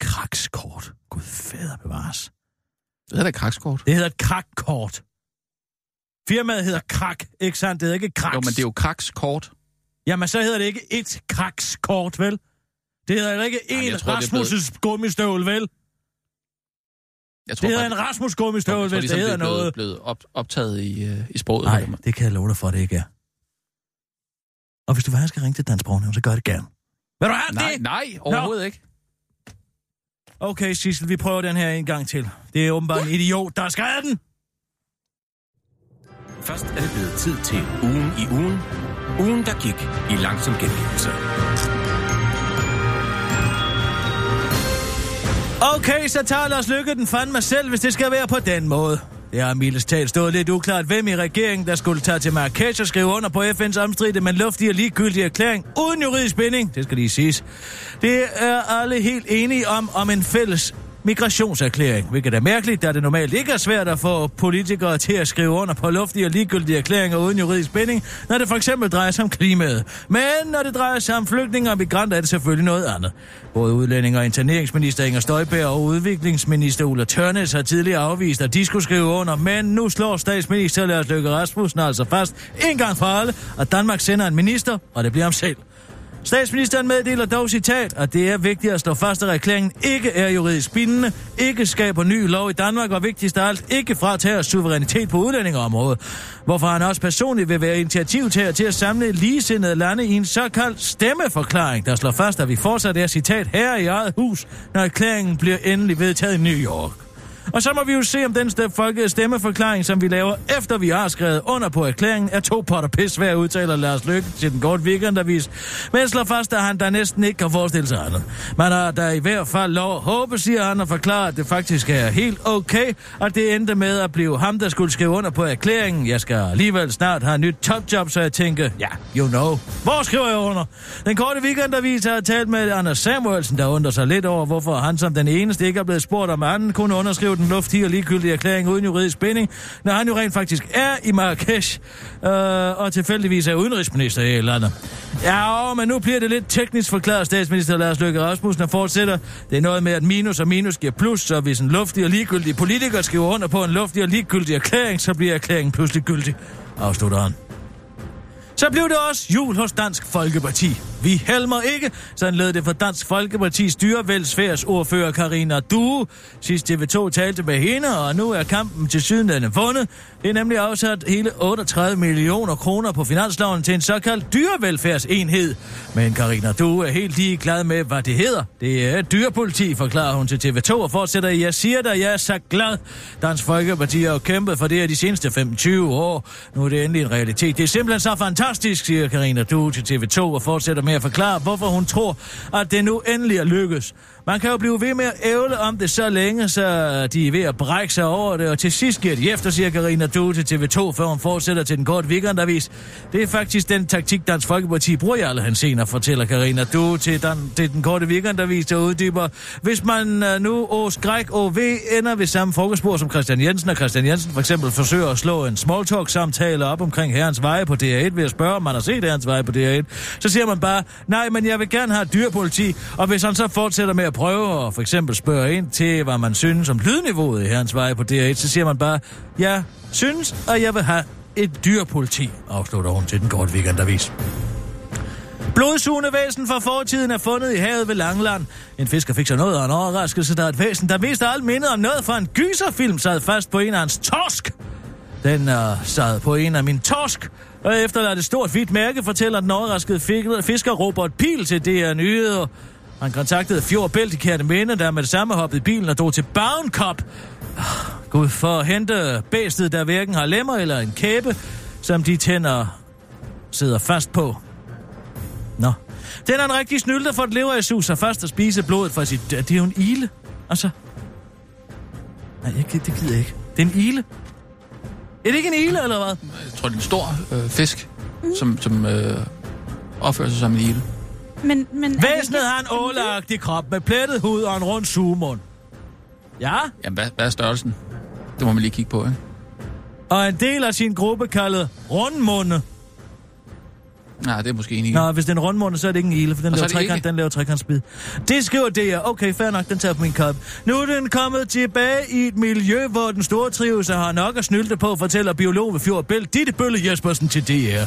[SPEAKER 6] Krakskort. Gud fader bevares.
[SPEAKER 4] Det hedder da krakskort.
[SPEAKER 6] Det hedder et krakkort. Firmaet hedder Krak, ikke sandt? Det hedder ikke Kraks.
[SPEAKER 4] Jo, men det er jo krakskort.
[SPEAKER 6] Jamen, så hedder det ikke et Krakskort, vel? Det hedder heller ikke
[SPEAKER 4] Jamen,
[SPEAKER 6] en
[SPEAKER 4] jeg tror, det er blevet-
[SPEAKER 6] Rasmus' gummistøvel, vel?
[SPEAKER 4] Jeg tror
[SPEAKER 6] Det hedder
[SPEAKER 4] bare,
[SPEAKER 6] en
[SPEAKER 4] jeg
[SPEAKER 6] Rasmus
[SPEAKER 4] tror,
[SPEAKER 6] gummistøvel,
[SPEAKER 4] jeg tror,
[SPEAKER 6] hvis det
[SPEAKER 4] ligesom,
[SPEAKER 6] hedder
[SPEAKER 4] er blevet,
[SPEAKER 6] noget.
[SPEAKER 4] blevet op, optaget i, øh, i sproget.
[SPEAKER 6] Nej,
[SPEAKER 4] eller hvad?
[SPEAKER 6] det kan jeg love dig for, det ikke er. Og hvis du faktisk skal ringe til Dansk Borgnævn, så gør det gerne. Vil du have
[SPEAKER 4] nej,
[SPEAKER 6] det?
[SPEAKER 4] nej, overhovedet ikke.
[SPEAKER 6] Okay, Sissel, vi prøver den her en gang til. Det er åbenbart en idiot, der har skrevet den.
[SPEAKER 8] Først er det blevet tid til ugen i ugen. Ugen, der gik i langsom gengivelse.
[SPEAKER 6] Okay, så tager Lars Lykke den fandme selv, hvis det skal være på den måde. Det har mildest talt stået lidt uklart, hvem i regeringen, der skulle tage til Marrakesh og skrive under på FN's omstridte, men luftige og ligegyldige erklæring, uden juridisk binding, det skal lige siges. Det er alle helt enige om, om en fælles migrationserklæring, hvilket er mærkeligt, da det normalt ikke er svært at få politikere til at skrive under på luftige og ligegyldige erklæringer uden juridisk binding, når det for eksempel drejer sig om klimaet. Men når det drejer sig om flygtninge og migranter, er det selvfølgelig noget andet. Både udlænding og interneringsminister Inger Støjberg og udviklingsminister Ulla Tørnes har tidligere afvist, at de skulle skrive under, men nu slår statsminister Lars Løkke Rasmussen altså fast en gang for alle, at Danmark sender en minister, og det bliver ham selv. Statsministeren meddeler dog citat, at det er vigtigt at slå fast, at erklæringen ikke er juridisk bindende, ikke skaber ny lov i Danmark, og vigtigst af alt ikke fratager os suverænitet på udlændingeområdet. Hvorfor han også personligt vil være initiativtager til at samle ligesindede lande i en såkaldt stemmeforklaring, der slår fast, at vi fortsat er citat her i eget hus, når erklæringen bliver endelig vedtaget i New York. Og så må vi jo se, om den ste- folke stemmeforklaring, som vi laver, efter vi har skrevet under på erklæringen, er to potter pis svær, udtaler Lars Løkke til den korte weekendavis. Men slår fast, at han der næsten ikke kan forestille sig andet. Man har der i hvert fald lov at håbe, siger han, og forklarer, at det faktisk er helt okay, og det endte med at blive ham, der skulle skrive under på erklæringen. Jeg skal alligevel snart have et nyt topjob, så jeg tænker, ja, you know. Hvor skriver jeg under? Den korte weekendavis har talt med Anders Samuelsen, der undrer sig lidt over, hvorfor han som den eneste ikke er blevet spurgt om anden kunne underskrive den luftige og ligegyldige erklæring uden juridisk binding, når han jo rent faktisk er i Marrakesh øh, og tilfældigvis er udenrigsminister i et eller andet. Ja, åh, men nu bliver det lidt teknisk forklaret, statsminister Lars Løkke Rasmussen og fortsætter. Det er noget med, at minus og minus giver plus, så hvis en luftig og ligegyldig politiker skriver under på en luftig og ligegyldig erklæring, så bliver erklæringen pludselig gyldig, afslutter han. Så blev det også jul hos Dansk Folkeparti. Vi helmer ikke, sådan lød det fra Dansk Folkeparti styrevelfærds ordfører Karina Due. Sidst TV2 talte med hende, og nu er kampen til sydenlande vundet. Det er nemlig afsat hele 38 millioner kroner på finansloven til en såkaldt dyrevelfærdsenhed. Men Karina Due er helt ligeglad med, hvad det hedder. Det er dyrepoliti, forklarer hun til TV2 og fortsætter, jeg siger dig, jeg er så glad. Dansk Folkeparti har jo kæmpet for det her de seneste 25 år. Nu er det endelig en realitet. Det er simpelthen så fantastisk, siger Karina Du til TV2 og fortsætter med at forklare, hvorfor hun tror, at det nu endelig er lykkes. Man kan jo blive ved med at ævle om det så længe, så de er ved at brække sig over det, og til sidst giver de efter, siger Karina Du til TV2, før hun fortsætter til den korte weekendavis. Det er faktisk den taktik, Dansk Folkeparti bruger i alle hans scener, fortæller Karina Du til, den, til den korte weekendavis, der uddyber, hvis man øh, nu å skræk OV ender ved samme frokostbord som Christian Jensen, og Christian Jensen for eksempel forsøger at slå en smalltalk-samtale op omkring herrens veje på DR1 ved at spørge, om man har set herrens veje på DR1, så siger man bare, nej, men jeg vil gerne have dyrepoliti, og hvis han så fortsætter med at prøve og for eksempel spørge ind til, hvad man synes om lydniveauet i herrens veje på DR1, så siger man bare, jeg synes, og jeg vil have et dyrepoliti, afslutter hun til den korte weekendavis. Blodsugende væsen fra fortiden er fundet i havet ved Langland. En fisker fik sig noget af en overraskelse, der er et væsen, der mest af alt mindede om noget fra en gyserfilm, sad fast på en af hans torsk. Den øh, sad på en af min torsk, og efterladt et stort hvidt mærke fortæller den overraskede fik- fisker Robert Pil til DR Nyheder. Han kontaktede Fjord Bælt i Kærteminde, der med det samme hoppede i bilen og drog til Bavnkop. Gud for at hente bæstet, der hverken har lemmer eller en kæbe, som de tænder sidder fast på. Nå. Den er en rigtig snyld, der får et leversus og først at spise blodet fra sit... Det er jo en ile. Altså... Nej, jeg, gid- det gider jeg ikke. Det er en ile. Er det ikke en ile, eller hvad?
[SPEAKER 4] Jeg tror, det er en stor øh, fisk, som, som øh, opfører sig som en ile.
[SPEAKER 5] Men, men er det
[SPEAKER 6] Væsenet
[SPEAKER 5] ikke-
[SPEAKER 6] har en ålagtig krop med plettet hud og en rund sugemund. Ja,
[SPEAKER 4] Jamen, hvad, hvad er størrelsen? Det må man lige kigge på, ikke?
[SPEAKER 6] og en del af sin gruppe kaldet rundmunde.
[SPEAKER 4] Nej, det er måske en ile.
[SPEAKER 6] Nå, hvis det er en rundmunde, så er det ikke en ile, for den
[SPEAKER 4] Og så
[SPEAKER 6] laver,
[SPEAKER 4] er det
[SPEAKER 6] trekant,
[SPEAKER 4] ikke?
[SPEAKER 6] den laver trekantsbid. Det skriver det her. Okay, fair nok, den tager på min kop. Nu er den kommet tilbage i et miljø, hvor den store trivelse har nok at snylte på, fortæller biolog ved Fjord Bælt, Ditte Bølle Jespersen til DR.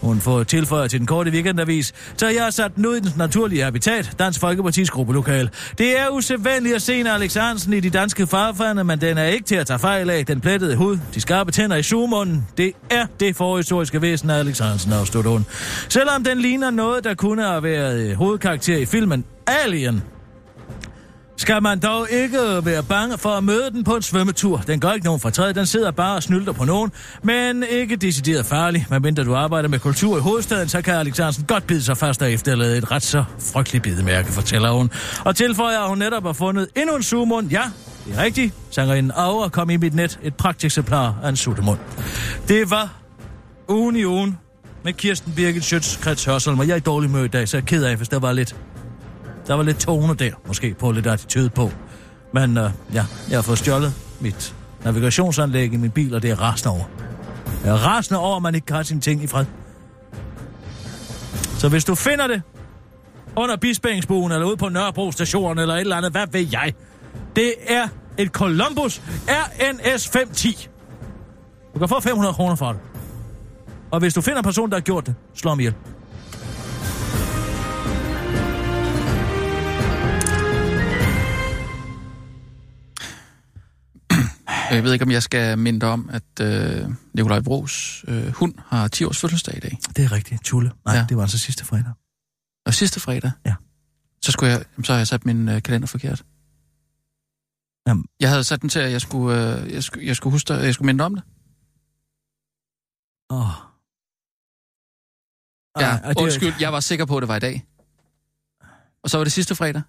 [SPEAKER 6] Hun får tilføjet til den korte weekendavis, så jeg har sat den ud i dens naturlige habitat, Dansk Folkeparti's gruppelokal. Det er usædvanligt at se en Alex Hansen i de danske farfande, men den er ikke til at tage fejl af. Den plettede hud, de skarpe tænder i sugemunden, det er det forhistoriske væsen af Alex Hansen, afslutter hun. Selvom den ligner noget, der kunne have været øh, hovedkarakter i filmen Alien, skal man dog ikke være bange for at møde den på en svømmetur. Den gør ikke nogen fortræd, den sidder bare og snylter på nogen, men ikke decideret farlig. Medmindre du arbejder med kultur i hovedstaden, så kan Alex Hansen godt bide sig fast og efterlade et ret så frygteligt bidemærke, fortæller hun. Og tilføjer, at hun netop har fundet endnu en sugemund. Ja, det er rigtigt. Sangerinden Aura kom i mit net et pragteksemplar af en suttemund. Det var ugen i ugen med Kirsten Birgit Schøtz, Krets Hørsholm, og jeg er i dårlig møde i dag, så jeg er ked af, hvis der var lidt der var lidt toner der, måske på lidt attitude på. Men øh, ja, jeg har fået stjålet mit navigationsanlæg i min bil, og det er jeg rasende over. Jeg er rasende over, at man ikke har sine ting i fred. Så hvis du finder det under Bispængsbuen, eller ude på Nørrebro station, eller et eller andet, hvad ved jeg? Det er et Columbus RNS 510. Du kan få 500 kroner for det. Og hvis du finder en person, der har gjort det, slå ham ihjel.
[SPEAKER 4] Jeg ved ikke, om jeg skal minde dig om, at øh, Nikolaj Bros øh, hund har 10 års fødselsdag i dag.
[SPEAKER 6] Det er rigtigt, Tulle. Nej, ja.
[SPEAKER 4] Ja.
[SPEAKER 6] det var altså sidste fredag.
[SPEAKER 4] Og sidste fredag,
[SPEAKER 6] Ja.
[SPEAKER 4] så, skulle jeg, så har jeg sat min øh, kalender forkert.
[SPEAKER 6] Jamen.
[SPEAKER 4] Jeg havde sat den til, at jeg skulle, øh, jeg skulle, jeg skulle huske dig, jeg skulle minde dig om det.
[SPEAKER 6] Åh.
[SPEAKER 4] Ja,
[SPEAKER 6] Ej, og det-
[SPEAKER 4] undskyld, jeg var sikker på, at det var i dag. Og så var det sidste fredag.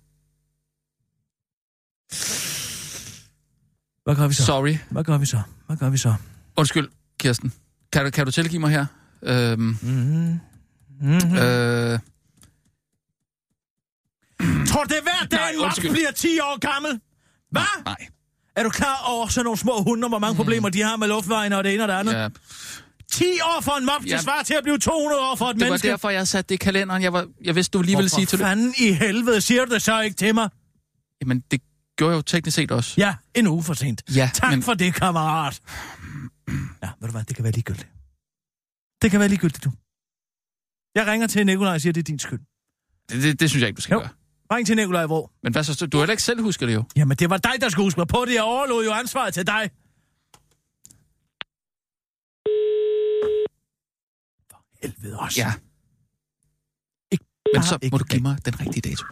[SPEAKER 6] Hvad gør vi så?
[SPEAKER 4] Sorry.
[SPEAKER 6] Hvad gør vi så? Hvad gør vi så?
[SPEAKER 4] Undskyld, Kirsten. Kan du, kan du tilgive mig her? Øhm,
[SPEAKER 6] Mm-hmm. Mm-hmm. Øh,
[SPEAKER 4] øh,
[SPEAKER 6] Tror det er hver dag,
[SPEAKER 4] nej,
[SPEAKER 6] en mops
[SPEAKER 4] undskyld.
[SPEAKER 6] bliver 10 år gammel? Hvad?
[SPEAKER 4] nej. Mhm.
[SPEAKER 6] Er du klar over sådan nogle små hunde, hvor mange problemer de har med luftvejen og det ene og det andet?
[SPEAKER 4] Ja,
[SPEAKER 6] 10 år for en mops, det
[SPEAKER 4] Ja.
[SPEAKER 6] svarer til at blive 200 år for et
[SPEAKER 4] det var
[SPEAKER 6] menneske.
[SPEAKER 4] derfor, jeg satte det i kalenderen. Jeg, var, jeg vidste, du lige ville sige til
[SPEAKER 6] Hvorfor fanden i helvede siger du det så ikke til mig?
[SPEAKER 4] Jamen, det gjorde jeg jo teknisk set også.
[SPEAKER 6] Ja, en uge for sent.
[SPEAKER 4] Ja,
[SPEAKER 6] Tak men...
[SPEAKER 4] men-
[SPEAKER 6] for det, kammerat. Ja, ved du hvad, det kan være ligegyldigt. Det kan være ligegyldigt, du. Jeg ringer til Nikolaj og siger, det er din skyld.
[SPEAKER 4] Det, det, det synes jeg ikke, du skal
[SPEAKER 6] Jo.
[SPEAKER 4] jo. gøre.
[SPEAKER 6] Ring til Nikolaj Vrå.
[SPEAKER 4] Men hvad så? Du har heller ikke selv husket det jo.
[SPEAKER 6] Jamen, det var dig, der skulle huske mig på det. Jeg overlod jo ansvaret til dig. For helvede også.
[SPEAKER 4] Ja.
[SPEAKER 6] Ikke
[SPEAKER 4] Men
[SPEAKER 6] bare
[SPEAKER 4] så
[SPEAKER 6] ikke
[SPEAKER 4] må du give mig
[SPEAKER 6] rigtigt.
[SPEAKER 4] den rigtige dato.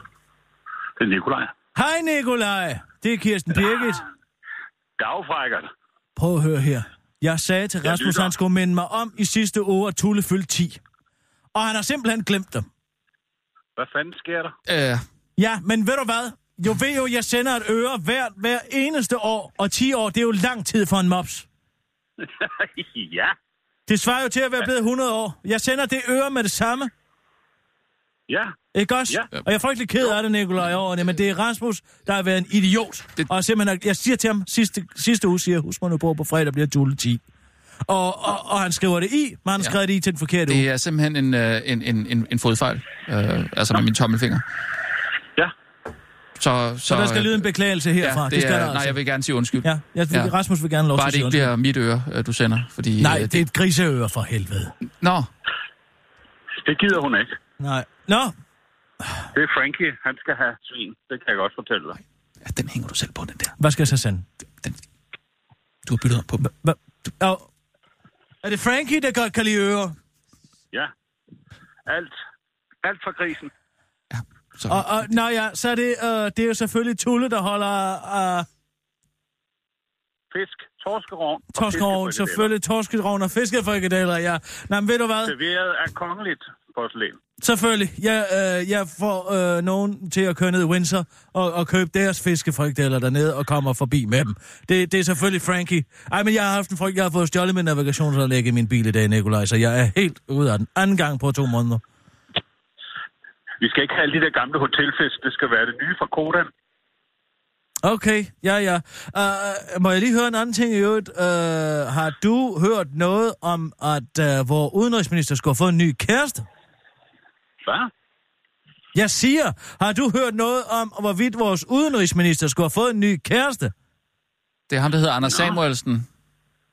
[SPEAKER 7] Det er Nikolaj.
[SPEAKER 6] Hej, Nikolaj. Det er Kirsten Birgit.
[SPEAKER 7] Dagfrækkert.
[SPEAKER 6] Prøv at høre her. Jeg sagde til
[SPEAKER 7] Jeg
[SPEAKER 6] Rasmus,
[SPEAKER 7] lytter.
[SPEAKER 6] han skulle minde mig om i sidste uge, at Tulle fyldte 10. Og han har simpelthen glemt dem.
[SPEAKER 7] Hvad fanden sker der?
[SPEAKER 4] Øh,
[SPEAKER 6] Ja, men ved du hvad? Jo ved jo, jeg sender et øre hver, hver eneste år, og 10 år, det er jo lang tid for en mops.
[SPEAKER 7] <laughs> ja.
[SPEAKER 6] Det svarer jo til at være blevet 100 år. Jeg sender det øre med det samme.
[SPEAKER 7] Ja.
[SPEAKER 6] Ikke også?
[SPEAKER 7] Ja.
[SPEAKER 6] Og jeg er frygtelig ked af det, Nikolaj, over det, men det er Rasmus, der har været en idiot. Det...
[SPEAKER 4] Det-
[SPEAKER 6] Og simpelthen, jeg siger til ham sidste, sidste uge, siger, jeg, husk mig nu på, på fredag bliver Jule 10. Og, og, og, han skriver det i, men han har
[SPEAKER 4] Ja.
[SPEAKER 6] skrevet det i til den forkerte uge.
[SPEAKER 4] det er simpelthen en, øh, en, en, en, en fodfejl. Øh, altså med min tommelfinger.
[SPEAKER 7] Ja.
[SPEAKER 4] Så, så,
[SPEAKER 6] Så der skal lyde en beklagelse herfra.
[SPEAKER 4] Ja, det,
[SPEAKER 6] det skal
[SPEAKER 4] er,
[SPEAKER 6] der altså.
[SPEAKER 4] Nej, jeg vil gerne sige undskyld.
[SPEAKER 6] Ja, jeg vil, ja. Rasmus vil gerne have lov til
[SPEAKER 4] Bare
[SPEAKER 6] at
[SPEAKER 4] det
[SPEAKER 6] sige
[SPEAKER 4] ikke
[SPEAKER 6] undskyld.
[SPEAKER 4] bliver mit øre, øh, du sender. Fordi,
[SPEAKER 6] Nej,
[SPEAKER 4] øh,
[SPEAKER 6] det er et griseøre for helvede.
[SPEAKER 4] Nå,
[SPEAKER 7] Det gider hun ikke.
[SPEAKER 6] Nej. Nå,
[SPEAKER 7] Det er Frankie. Han skal have svin. Det kan jeg godt fortælle dig.
[SPEAKER 4] ja, den hænger du selv på, den der.
[SPEAKER 6] hvad skal jeg så sende?
[SPEAKER 4] Den, du har byttet om på.
[SPEAKER 6] Hva- og, Er det Frankie, der godt kan lide ører?
[SPEAKER 9] Ja. Alt. Alt for grisen.
[SPEAKER 4] Så,
[SPEAKER 6] Og, og nå ja, så er det, øh, det er jo selvfølgelig Tulle, der holder øh,
[SPEAKER 9] Fisk. Torskerovn. og
[SPEAKER 6] torskerovn,
[SPEAKER 9] fiskefrikadeller.
[SPEAKER 6] selvfølgelig torskerovn og fiskefrikadeller, ja. Nå, men ved du hvad?
[SPEAKER 9] Serveret af kongeligt porcelæn.
[SPEAKER 6] Selvfølgelig. Jeg, øh, jeg får øh, nogen til at køre ned i Windsor og, og købe deres fiskefrikadeller dernede og kommer forbi med dem. Det, det er selvfølgelig Frankie. Ej, men jeg har haft en frygt. Jeg har fået stjålet min navigationsanlæg i min bil i dag, Nikolaj, så jeg er helt ude af den anden gang på to måneder.
[SPEAKER 9] Vi skal ikke have alle de der gamle hotelfisk. Det skal være det nye fra Kodan.
[SPEAKER 6] Okay, ja, ja. Uh, må jeg lige høre en anden ting i øvrigt? Uh, har du hørt noget om, at uh, vores udenrigsminister skulle have fået en ny kæreste?
[SPEAKER 9] Hvad?
[SPEAKER 6] Jeg siger, har du hørt noget om, hvorvidt vores udenrigsminister skulle have fået en ny kæreste?
[SPEAKER 4] det er ham, der hedder Anders Samuelsen.
[SPEAKER 9] Ah.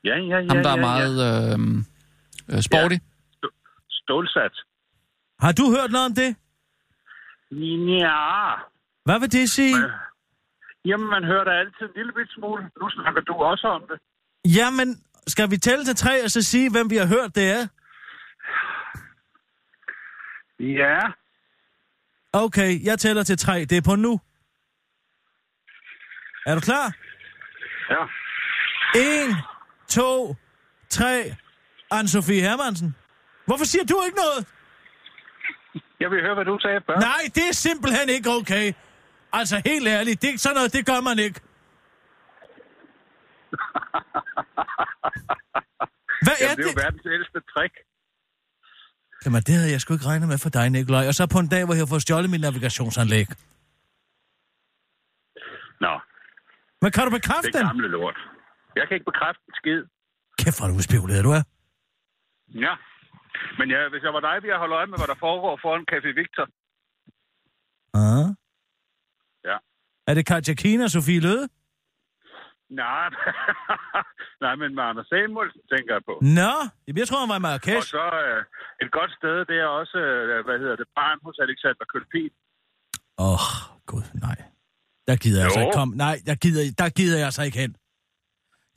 [SPEAKER 9] Ja, ja, ja.
[SPEAKER 4] Ham, der
[SPEAKER 9] ja,
[SPEAKER 4] er meget
[SPEAKER 9] Ja.
[SPEAKER 4] øh, øh, sporty.
[SPEAKER 9] Stålsat.
[SPEAKER 6] Har du hørt noget om det?
[SPEAKER 9] Ja.
[SPEAKER 6] Hvad vil det sige?
[SPEAKER 9] Jamen, man hører da altid en lille bit smule. Nu snakker du også om det.
[SPEAKER 6] Jamen, skal vi tælle til tre og så sige, hvem vi har hørt det er?
[SPEAKER 9] Ja.
[SPEAKER 6] Okay, jeg tæller til tre. Det er på nu. Er du klar?
[SPEAKER 9] Ja.
[SPEAKER 6] En, to, tre. Anne-Sophie Hermansen. Hvorfor siger du ikke noget?
[SPEAKER 9] Jeg vil høre, hvad du sagde før.
[SPEAKER 6] Nej, det er simpelthen ikke okay. Altså, helt ærligt, det, sådan noget, det gør man
[SPEAKER 9] <laughs>
[SPEAKER 6] ikke. Hvad er
[SPEAKER 9] Jamen, det er jo
[SPEAKER 6] det?
[SPEAKER 9] verdens ældste trick.
[SPEAKER 6] Jamen, det havde jeg sgu ikke regnet med for dig, Nikolaj. Og så på en dag, hvor jeg får stjålet mit navigationsanlæg.
[SPEAKER 9] Nå,
[SPEAKER 6] Men kan du bekræfte
[SPEAKER 9] det er
[SPEAKER 6] den?
[SPEAKER 9] gamle lort. Jeg kan ikke bekræfte en skid.
[SPEAKER 6] Kæft, hvor er du udspivlet, du er.
[SPEAKER 9] Ja. Men ja, hvis jeg var dig, ville jeg holde øje med, hvad der foregår foran Café Victor.
[SPEAKER 6] Ah.
[SPEAKER 9] Ja.
[SPEAKER 6] Er det Katja Kina og Sofie Løde?
[SPEAKER 9] Nej, <laughs> Nej men med Anders Samuelsen tænker jeg på.
[SPEAKER 6] Nå, jeg tror, han var i
[SPEAKER 9] Og
[SPEAKER 6] Marrakesh.
[SPEAKER 9] så øh, et godt sted, det er også, øh, hvad hedder det, barn hos Alexander Kølpin.
[SPEAKER 6] Åh, oh, gud, nej. Der gider jeg altså
[SPEAKER 9] Jo.
[SPEAKER 6] ikke komme. Nej, der gider, der gider jeg altså ikke hen.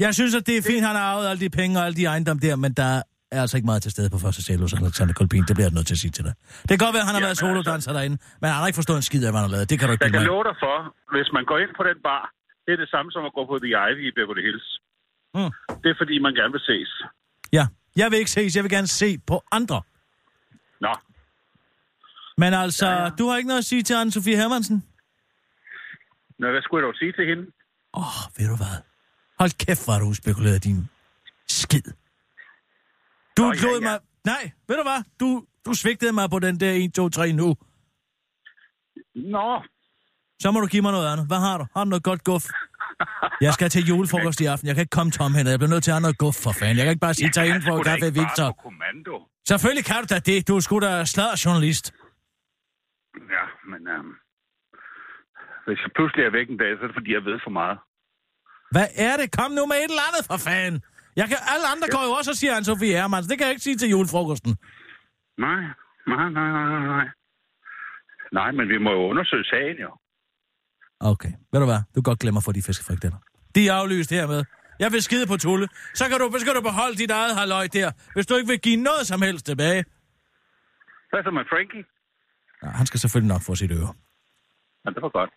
[SPEAKER 6] Jeg synes, at det er fint, han har arvet alle de penge og alle de ejendomme der, men der er altså ikke meget til stede på første sal hos Alexander Kolpin. Det bliver jeg nødt til at sige til dig. Det kan godt være, at han har
[SPEAKER 9] Jamen,
[SPEAKER 6] været solodanser altså... derinde, men han har ikke forstået en skid af, hvad han har lavet. Det kan du ikke
[SPEAKER 9] Jeg kan
[SPEAKER 6] bilde mig
[SPEAKER 9] love dig for, hvis man går ind på den bar, det er det samme som at gå på The Ivy i Beverly Hills.
[SPEAKER 6] Mm.
[SPEAKER 9] Det er fordi, man gerne vil ses.
[SPEAKER 6] ind. Ja, jeg vil ikke ses. Jeg vil gerne se på andre.
[SPEAKER 9] Nå,
[SPEAKER 6] Men altså, ja, ja. du har ikke noget at sige til Anne-Sophie Hermansen?
[SPEAKER 9] Nå hvad skulle jeg dog sige til hende?
[SPEAKER 6] Åh, oh, ved du hvad? Hold kæft, hvor har du spekuleret din skid. Du
[SPEAKER 9] Nå,
[SPEAKER 6] Nå,
[SPEAKER 9] ja,
[SPEAKER 6] lod ja,
[SPEAKER 9] ja.
[SPEAKER 6] mig... Nej, ved du hvad? Du, du svigtede mig på den der 1, 2, 3 nu.
[SPEAKER 9] Nå,
[SPEAKER 6] Så må du give mig noget andet. Hvad har du? Har du noget godt guf? Jeg skal til julefrokost i aften. Jeg kan ikke komme tomhændet. Jeg bliver nødt til at have noget guf, for fanden. Jeg kan ikke bare sige, tag ind for
[SPEAKER 9] sgu da
[SPEAKER 6] kaffe,
[SPEAKER 9] ikke bare
[SPEAKER 6] Victor.
[SPEAKER 9] På kommando.
[SPEAKER 6] Selvfølgelig kan du da det. Du er sgu da journalist.
[SPEAKER 9] Ja, men øhm, hvis jeg pludselig er væk en dag, så er det fordi, jeg ved for meget.
[SPEAKER 6] Hvad er det? Kom nu med et eller andet, for fanden. Jeg kan, alle andre går jo også og siger Anne-Sophie Hermansen. Det kan jeg ikke sige til julefrokosten.
[SPEAKER 9] Nej, nej, nej, nej, nej, nej. Nej, men vi må jo undersøge sagen jo.
[SPEAKER 6] Okay. Ved du hvad? Du kan godt glemme at få de fiskefrikadeller. De er aflyst hermed. Jeg vil skide på tulle. Så kan du, så kan du beholde dit eget halløj der, hvis du ikke vil give noget som helst tilbage.
[SPEAKER 9] Hvad så med Frankie?
[SPEAKER 6] Nå, han skal selvfølgelig nok få sit øre.
[SPEAKER 9] Ja, det var godt.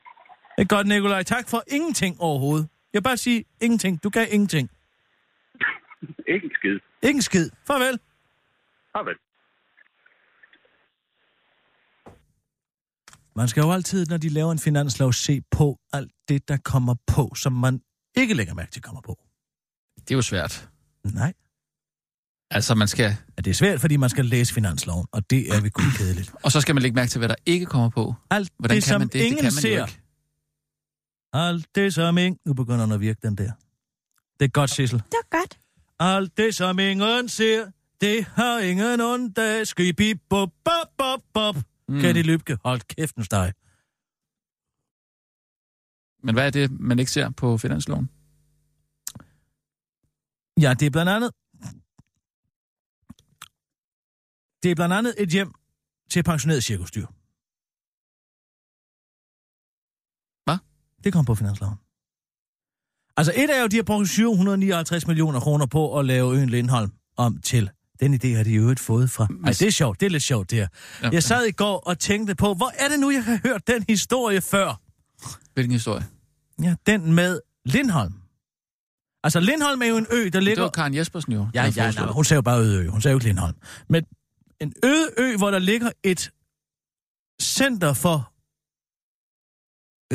[SPEAKER 6] Det er godt, Nikolaj. Tak for ingenting overhovedet. Jeg vil bare sige ingenting. Du gav ingenting.
[SPEAKER 9] Ikke en skid.
[SPEAKER 6] Ingen skid. Farvel.
[SPEAKER 9] Farvel.
[SPEAKER 6] Man skal jo altid, når de laver en finanslov, se på alt det, der kommer på, som man ikke lægger mærke til kommer på.
[SPEAKER 4] Det er jo svært.
[SPEAKER 6] Nej.
[SPEAKER 4] Altså, man skal...
[SPEAKER 6] Men det er svært, fordi man skal læse finansloven, og det er vi kun kedeligt.
[SPEAKER 4] Og så skal man lægge mærke til, hvad der ikke kommer på.
[SPEAKER 6] Alt
[SPEAKER 4] Hvordan
[SPEAKER 6] det,
[SPEAKER 4] kan
[SPEAKER 6] som
[SPEAKER 4] man det?
[SPEAKER 6] ingen
[SPEAKER 4] det kan man
[SPEAKER 6] ser.
[SPEAKER 4] jo ikke.
[SPEAKER 6] Alt det som ingen... Nu begynder den at virke, den der. Det er godt, Sissel.
[SPEAKER 5] Det var godt.
[SPEAKER 6] Alt det som ingen ser, det har ingen ondag. Skibi bop bop bop bop. Mm. Kan de løbke? Hold kæften, steg.
[SPEAKER 4] Men hvad er det, man ikke ser på finansloven?
[SPEAKER 6] Ja, det er blandt andet... Det er blandt andet et hjem til pensioneret cirkusdyr.
[SPEAKER 4] Hvad?
[SPEAKER 6] Det kom på finansloven. Altså, et er jo, de har brugt 759 millioner kroner på at lave øen Lindholm. om til. Den idé har de i øvrigt fået fra... Ej, det er sjovt. Det er lidt sjovt, det her.
[SPEAKER 4] Ja.
[SPEAKER 6] Jeg sad i går og tænkte på, hvor er det nu, jeg har hørt den historie før?
[SPEAKER 4] Hvilken historie?
[SPEAKER 6] Ja, den med Lindholm. Altså, Lindholm er jo en ø, der
[SPEAKER 4] Det
[SPEAKER 6] ligger...
[SPEAKER 4] var Karen Jespersen jo.
[SPEAKER 6] Ja, ja, nej, men hun sagde jo bare øde ø. Hun sagde jo ikke Lindholm. Men en øde ø, hvor der ligger et center for...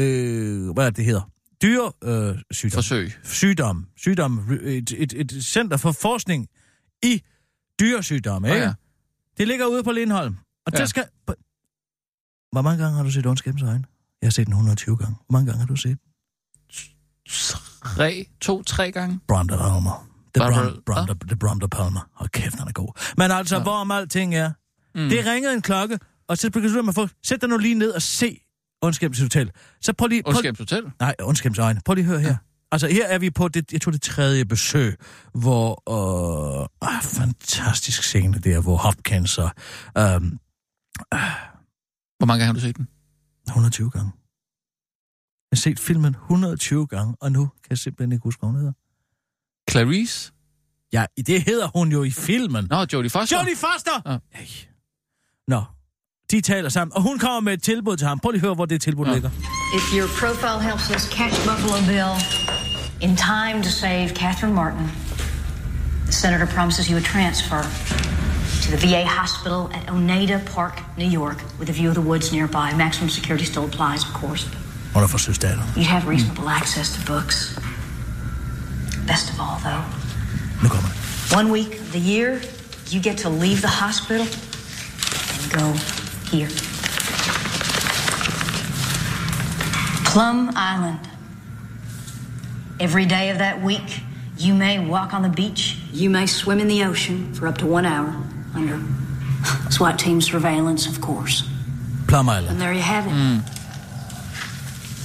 [SPEAKER 6] Øh, hvad er det, det hedder? Dyre øh, sygdom.
[SPEAKER 4] Forsøg.
[SPEAKER 6] Sygdom. Sygdom. Et, et, et center for forskning i dyresygdomme,
[SPEAKER 4] Nå
[SPEAKER 6] ikke?
[SPEAKER 4] ja.
[SPEAKER 6] Det ligger ude på Lindholm. Og ja.
[SPEAKER 4] Ja.
[SPEAKER 6] det skal... Hvor mange gange har du set Ondskabens Øjne? Jeg har set den 120 gange. Hvor mange gange har du set
[SPEAKER 4] Tre, to, tre gange.
[SPEAKER 6] Brom de Palma. The
[SPEAKER 4] Barbara-
[SPEAKER 6] Brom, Brom, de, the Brom de Palma. Hold kæft, han er god. Men altså, ja. hvorom alting er. Mm. Det ringede en klokke, og så begyndte man at få... Sæt dig nu lige ned og se Ondskabens Hotel. Så prøv lige... Prøv,
[SPEAKER 4] Undskabs Hotel.
[SPEAKER 6] Nej, Ondskabens Øjne. Prøv lige at høre her. Altså, her er vi på det, jeg tror det tredje besøg, hvor... Øh, ah, fantastisk scene der, hvor Hopkins og... Øh,
[SPEAKER 4] Hvor mange gange har du set den?
[SPEAKER 6] 120 gange. Jeg har set filmen 120 gange, og nu kan jeg simpelthen ikke huske, hvad hun hedder.
[SPEAKER 4] Clarice?
[SPEAKER 6] Ja, det hedder hun jo i filmen.
[SPEAKER 4] Nå, Jodie Foster.
[SPEAKER 6] Jodie Foster!
[SPEAKER 4] Ja.
[SPEAKER 6] Ej. Nå, de taler sammen, og hun kommer med et tilbud til ham. Prøv lige at høre, hvor det tilbud ja.
[SPEAKER 4] Ja.
[SPEAKER 6] ligger.
[SPEAKER 10] If your profile helps us catch Buffalo Bill in time to save Catherine Martin, the senator promises you a transfer to the VA hospital at Oneida Park, New York, with a view of the woods nearby. Maximum security still applies, of course.
[SPEAKER 6] Hun er fra søstater.
[SPEAKER 10] You'd have reasonable access to books. Best of all, though,
[SPEAKER 6] Nu kommer det.
[SPEAKER 10] one week of the year, you get to leave the hospital and go here. Plum Island. Every day of that week, you may walk on the beach, you may swim in the ocean for up to one hour under SWAT team surveillance, of course.
[SPEAKER 6] Plum Island.
[SPEAKER 10] And there you have it.
[SPEAKER 11] Mm.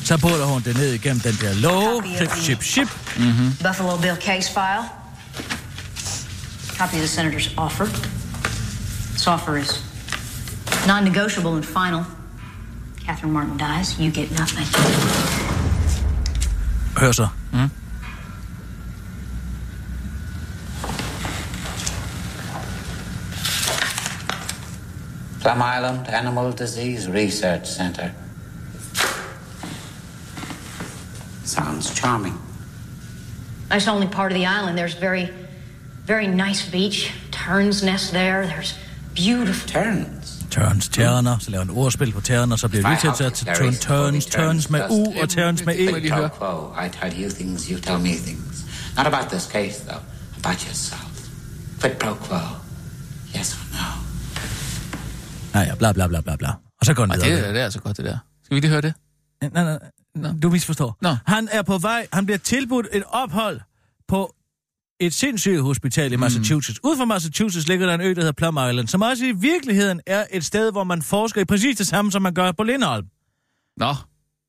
[SPEAKER 6] Så putter hun det ned igennem den der låge.
[SPEAKER 10] Copy of
[SPEAKER 6] Chip,
[SPEAKER 10] the-
[SPEAKER 6] chip, chip.
[SPEAKER 10] Buffalo Bill case file. Copy of the senator's offer. This offer is non negotiable and final. Catherine Martin dies, you get nothing.
[SPEAKER 6] Hør så. Mm.
[SPEAKER 11] Plum Island Animal Disease Research Center. Sounds charming.
[SPEAKER 10] That's only part of the island. There's very, very nice beach, tern's nest there. There's beautiful.
[SPEAKER 11] Turns.
[SPEAKER 6] Turns, terner. Så laver hun et ordspil på terner, så bliver vi til at tage til turn, turns, turns med U og turns med E.
[SPEAKER 11] We talk quo. I tell you things, you tell me things. Not about this case, though. About yourself. Quid pro quo. Yes or no?
[SPEAKER 6] Nej, ja, bla bla bla bla bla. Og så går den
[SPEAKER 4] Ej,
[SPEAKER 6] videre.
[SPEAKER 4] det, er, det er altså godt, det der. Skal vi lige høre det?
[SPEAKER 6] Nej, nej, nej. Du misforstår.
[SPEAKER 4] Nå.
[SPEAKER 6] Han er på vej, han bliver tilbudt et ophold på et sindssygt hospital i Massachusetts. Mm. Ud for Massachusetts ligger der en ø, der hedder Plum Island, som også i virkeligheden er et sted, hvor man forsker i præcis det samme, som man gør på Lindholm.
[SPEAKER 4] Nå, det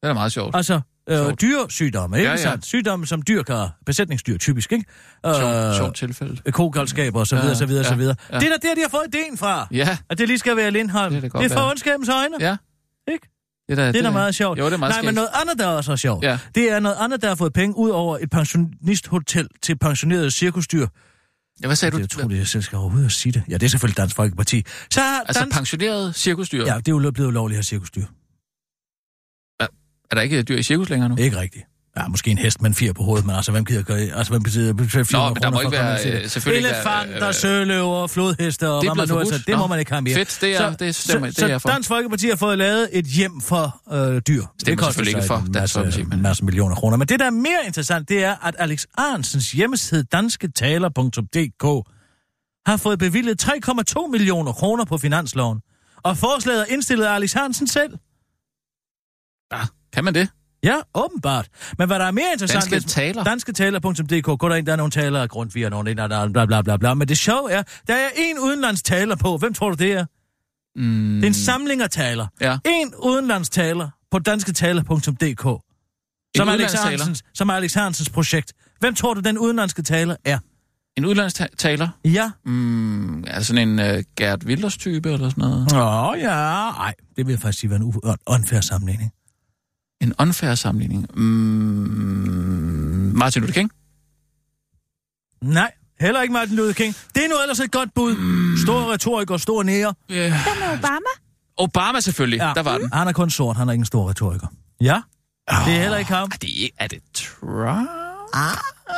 [SPEAKER 4] er da meget sjovt.
[SPEAKER 6] Altså, øh,
[SPEAKER 4] Sjovt.
[SPEAKER 6] dyrsygdomme, ikke
[SPEAKER 4] Ja,
[SPEAKER 6] ja,
[SPEAKER 4] ja.
[SPEAKER 6] ja. sandt? Sygdomme, som dyr kan besætningsdyr typisk, ikke?
[SPEAKER 4] Sjovt, sjovt tilfælde.
[SPEAKER 6] Kokoldskaber og så videre,
[SPEAKER 4] Ja,
[SPEAKER 6] så videre,
[SPEAKER 4] ja,
[SPEAKER 6] så videre.
[SPEAKER 4] ja.
[SPEAKER 6] Det er da der, de har fået ideen fra.
[SPEAKER 4] Ja,
[SPEAKER 6] At det lige skal være
[SPEAKER 4] Det
[SPEAKER 6] Lindholm.
[SPEAKER 4] kan det
[SPEAKER 6] Det
[SPEAKER 4] godt
[SPEAKER 6] er for
[SPEAKER 4] være.
[SPEAKER 6] ondskabens øjne.
[SPEAKER 4] ja.
[SPEAKER 6] Ikke?
[SPEAKER 4] da,
[SPEAKER 6] Det er da meget sjovt.
[SPEAKER 4] Jo, det er meget
[SPEAKER 6] Nej, men noget andet, der også er sjovt,
[SPEAKER 4] Ja.
[SPEAKER 6] ja. det er noget andet, der har fået penge ud over et pensionisthotel til pensionerede cirkusdyr.
[SPEAKER 4] Ja, hvad sagde
[SPEAKER 6] Det
[SPEAKER 4] du?
[SPEAKER 6] er utroligt, jeg selv skal overhovedet at sige det. Ja, det er selvfølgelig Dansk Folkeparti. Så har
[SPEAKER 4] Altså
[SPEAKER 6] Dansk...
[SPEAKER 4] pensioneret cirkusdyr?
[SPEAKER 6] Ja, det er jo blevet ulovligt her cirkusdyr.
[SPEAKER 4] Er der ikke dyr i cirkus længere nu?
[SPEAKER 6] Ikke rigtigt. Ja, måske en hest med en fir på hovedet, men altså, hvem gider gøre Altså, hvem betyder betale 400
[SPEAKER 4] men der må
[SPEAKER 6] kroner for
[SPEAKER 4] ikke
[SPEAKER 6] at komme
[SPEAKER 4] være,
[SPEAKER 6] ind til det?
[SPEAKER 4] øh, selvfølgelig ikke være,
[SPEAKER 6] Elefanter,
[SPEAKER 4] øh, øh,
[SPEAKER 6] søløver, flodheste og
[SPEAKER 4] Det er
[SPEAKER 6] hvad man
[SPEAKER 4] blevet
[SPEAKER 6] nu er,
[SPEAKER 4] forbudt.
[SPEAKER 6] så det
[SPEAKER 4] Nå.
[SPEAKER 6] må man ikke have mere.
[SPEAKER 4] Fedt, det er-
[SPEAKER 6] så,
[SPEAKER 4] det stemmer-
[SPEAKER 6] så,
[SPEAKER 4] det er jeg for.
[SPEAKER 6] Så Dansk Folkeparti har fået lavet et hjem for øh, dyr.
[SPEAKER 4] Stemmer selvfølgelig ikke
[SPEAKER 6] så
[SPEAKER 4] for
[SPEAKER 6] en
[SPEAKER 4] Dansk Folkeparti,
[SPEAKER 6] masse,
[SPEAKER 4] men-
[SPEAKER 6] en masse millioner kroner. Men det, der er mere interessant, det er, at Alex Arnsens hjemmeside dansketaler.dk har fået bevilget 3,2 millioner kroner på finansloven. Og forslaget er indstillet af Alex Hansen selv.
[SPEAKER 4] Ja. Kan man det?
[SPEAKER 6] Ja, åbenbart. Men hvad der er mere interessant...
[SPEAKER 4] Danske taler.
[SPEAKER 6] Dansketaler.dk. Gå derind, der er nogle talere af Grundtvig og nogle der er bla bla bla bla. Men det sjove er, der er en udenlandstaler på. Hvem tror du det er? Mm. Det er en samling af taler.
[SPEAKER 4] Ja.
[SPEAKER 6] En udenlandstaler på dansketaler.dk. Som Alex,
[SPEAKER 4] udenlandstaler?
[SPEAKER 6] Hansens, som er Alex Hansens projekt. Hvem tror du, den udenlandske taler er?
[SPEAKER 4] En udlandstaler?
[SPEAKER 6] Ja.
[SPEAKER 4] Mm, er det sådan en uh, Gert Wilders type eller sådan noget?
[SPEAKER 6] Åh, oh, ja. Nej, det vil jeg faktisk sige være en u- unfair sammenligning.
[SPEAKER 4] En unfair sammenligning? Mm, Martin Luther King?
[SPEAKER 6] Nej, Heller ikke Martin Luther King. Det er nu ellers et godt bud. Mm. Stor retoriker, stor nære.
[SPEAKER 4] Yeah.
[SPEAKER 5] Hvad med Obama?
[SPEAKER 4] Obama selvfølgelig, ja. der var den.
[SPEAKER 6] Han er kun sort, han er ingen stor retoriker. Ja, det er heller ikke ham.
[SPEAKER 4] Er det, ikke- er det Trump?
[SPEAKER 6] Ah.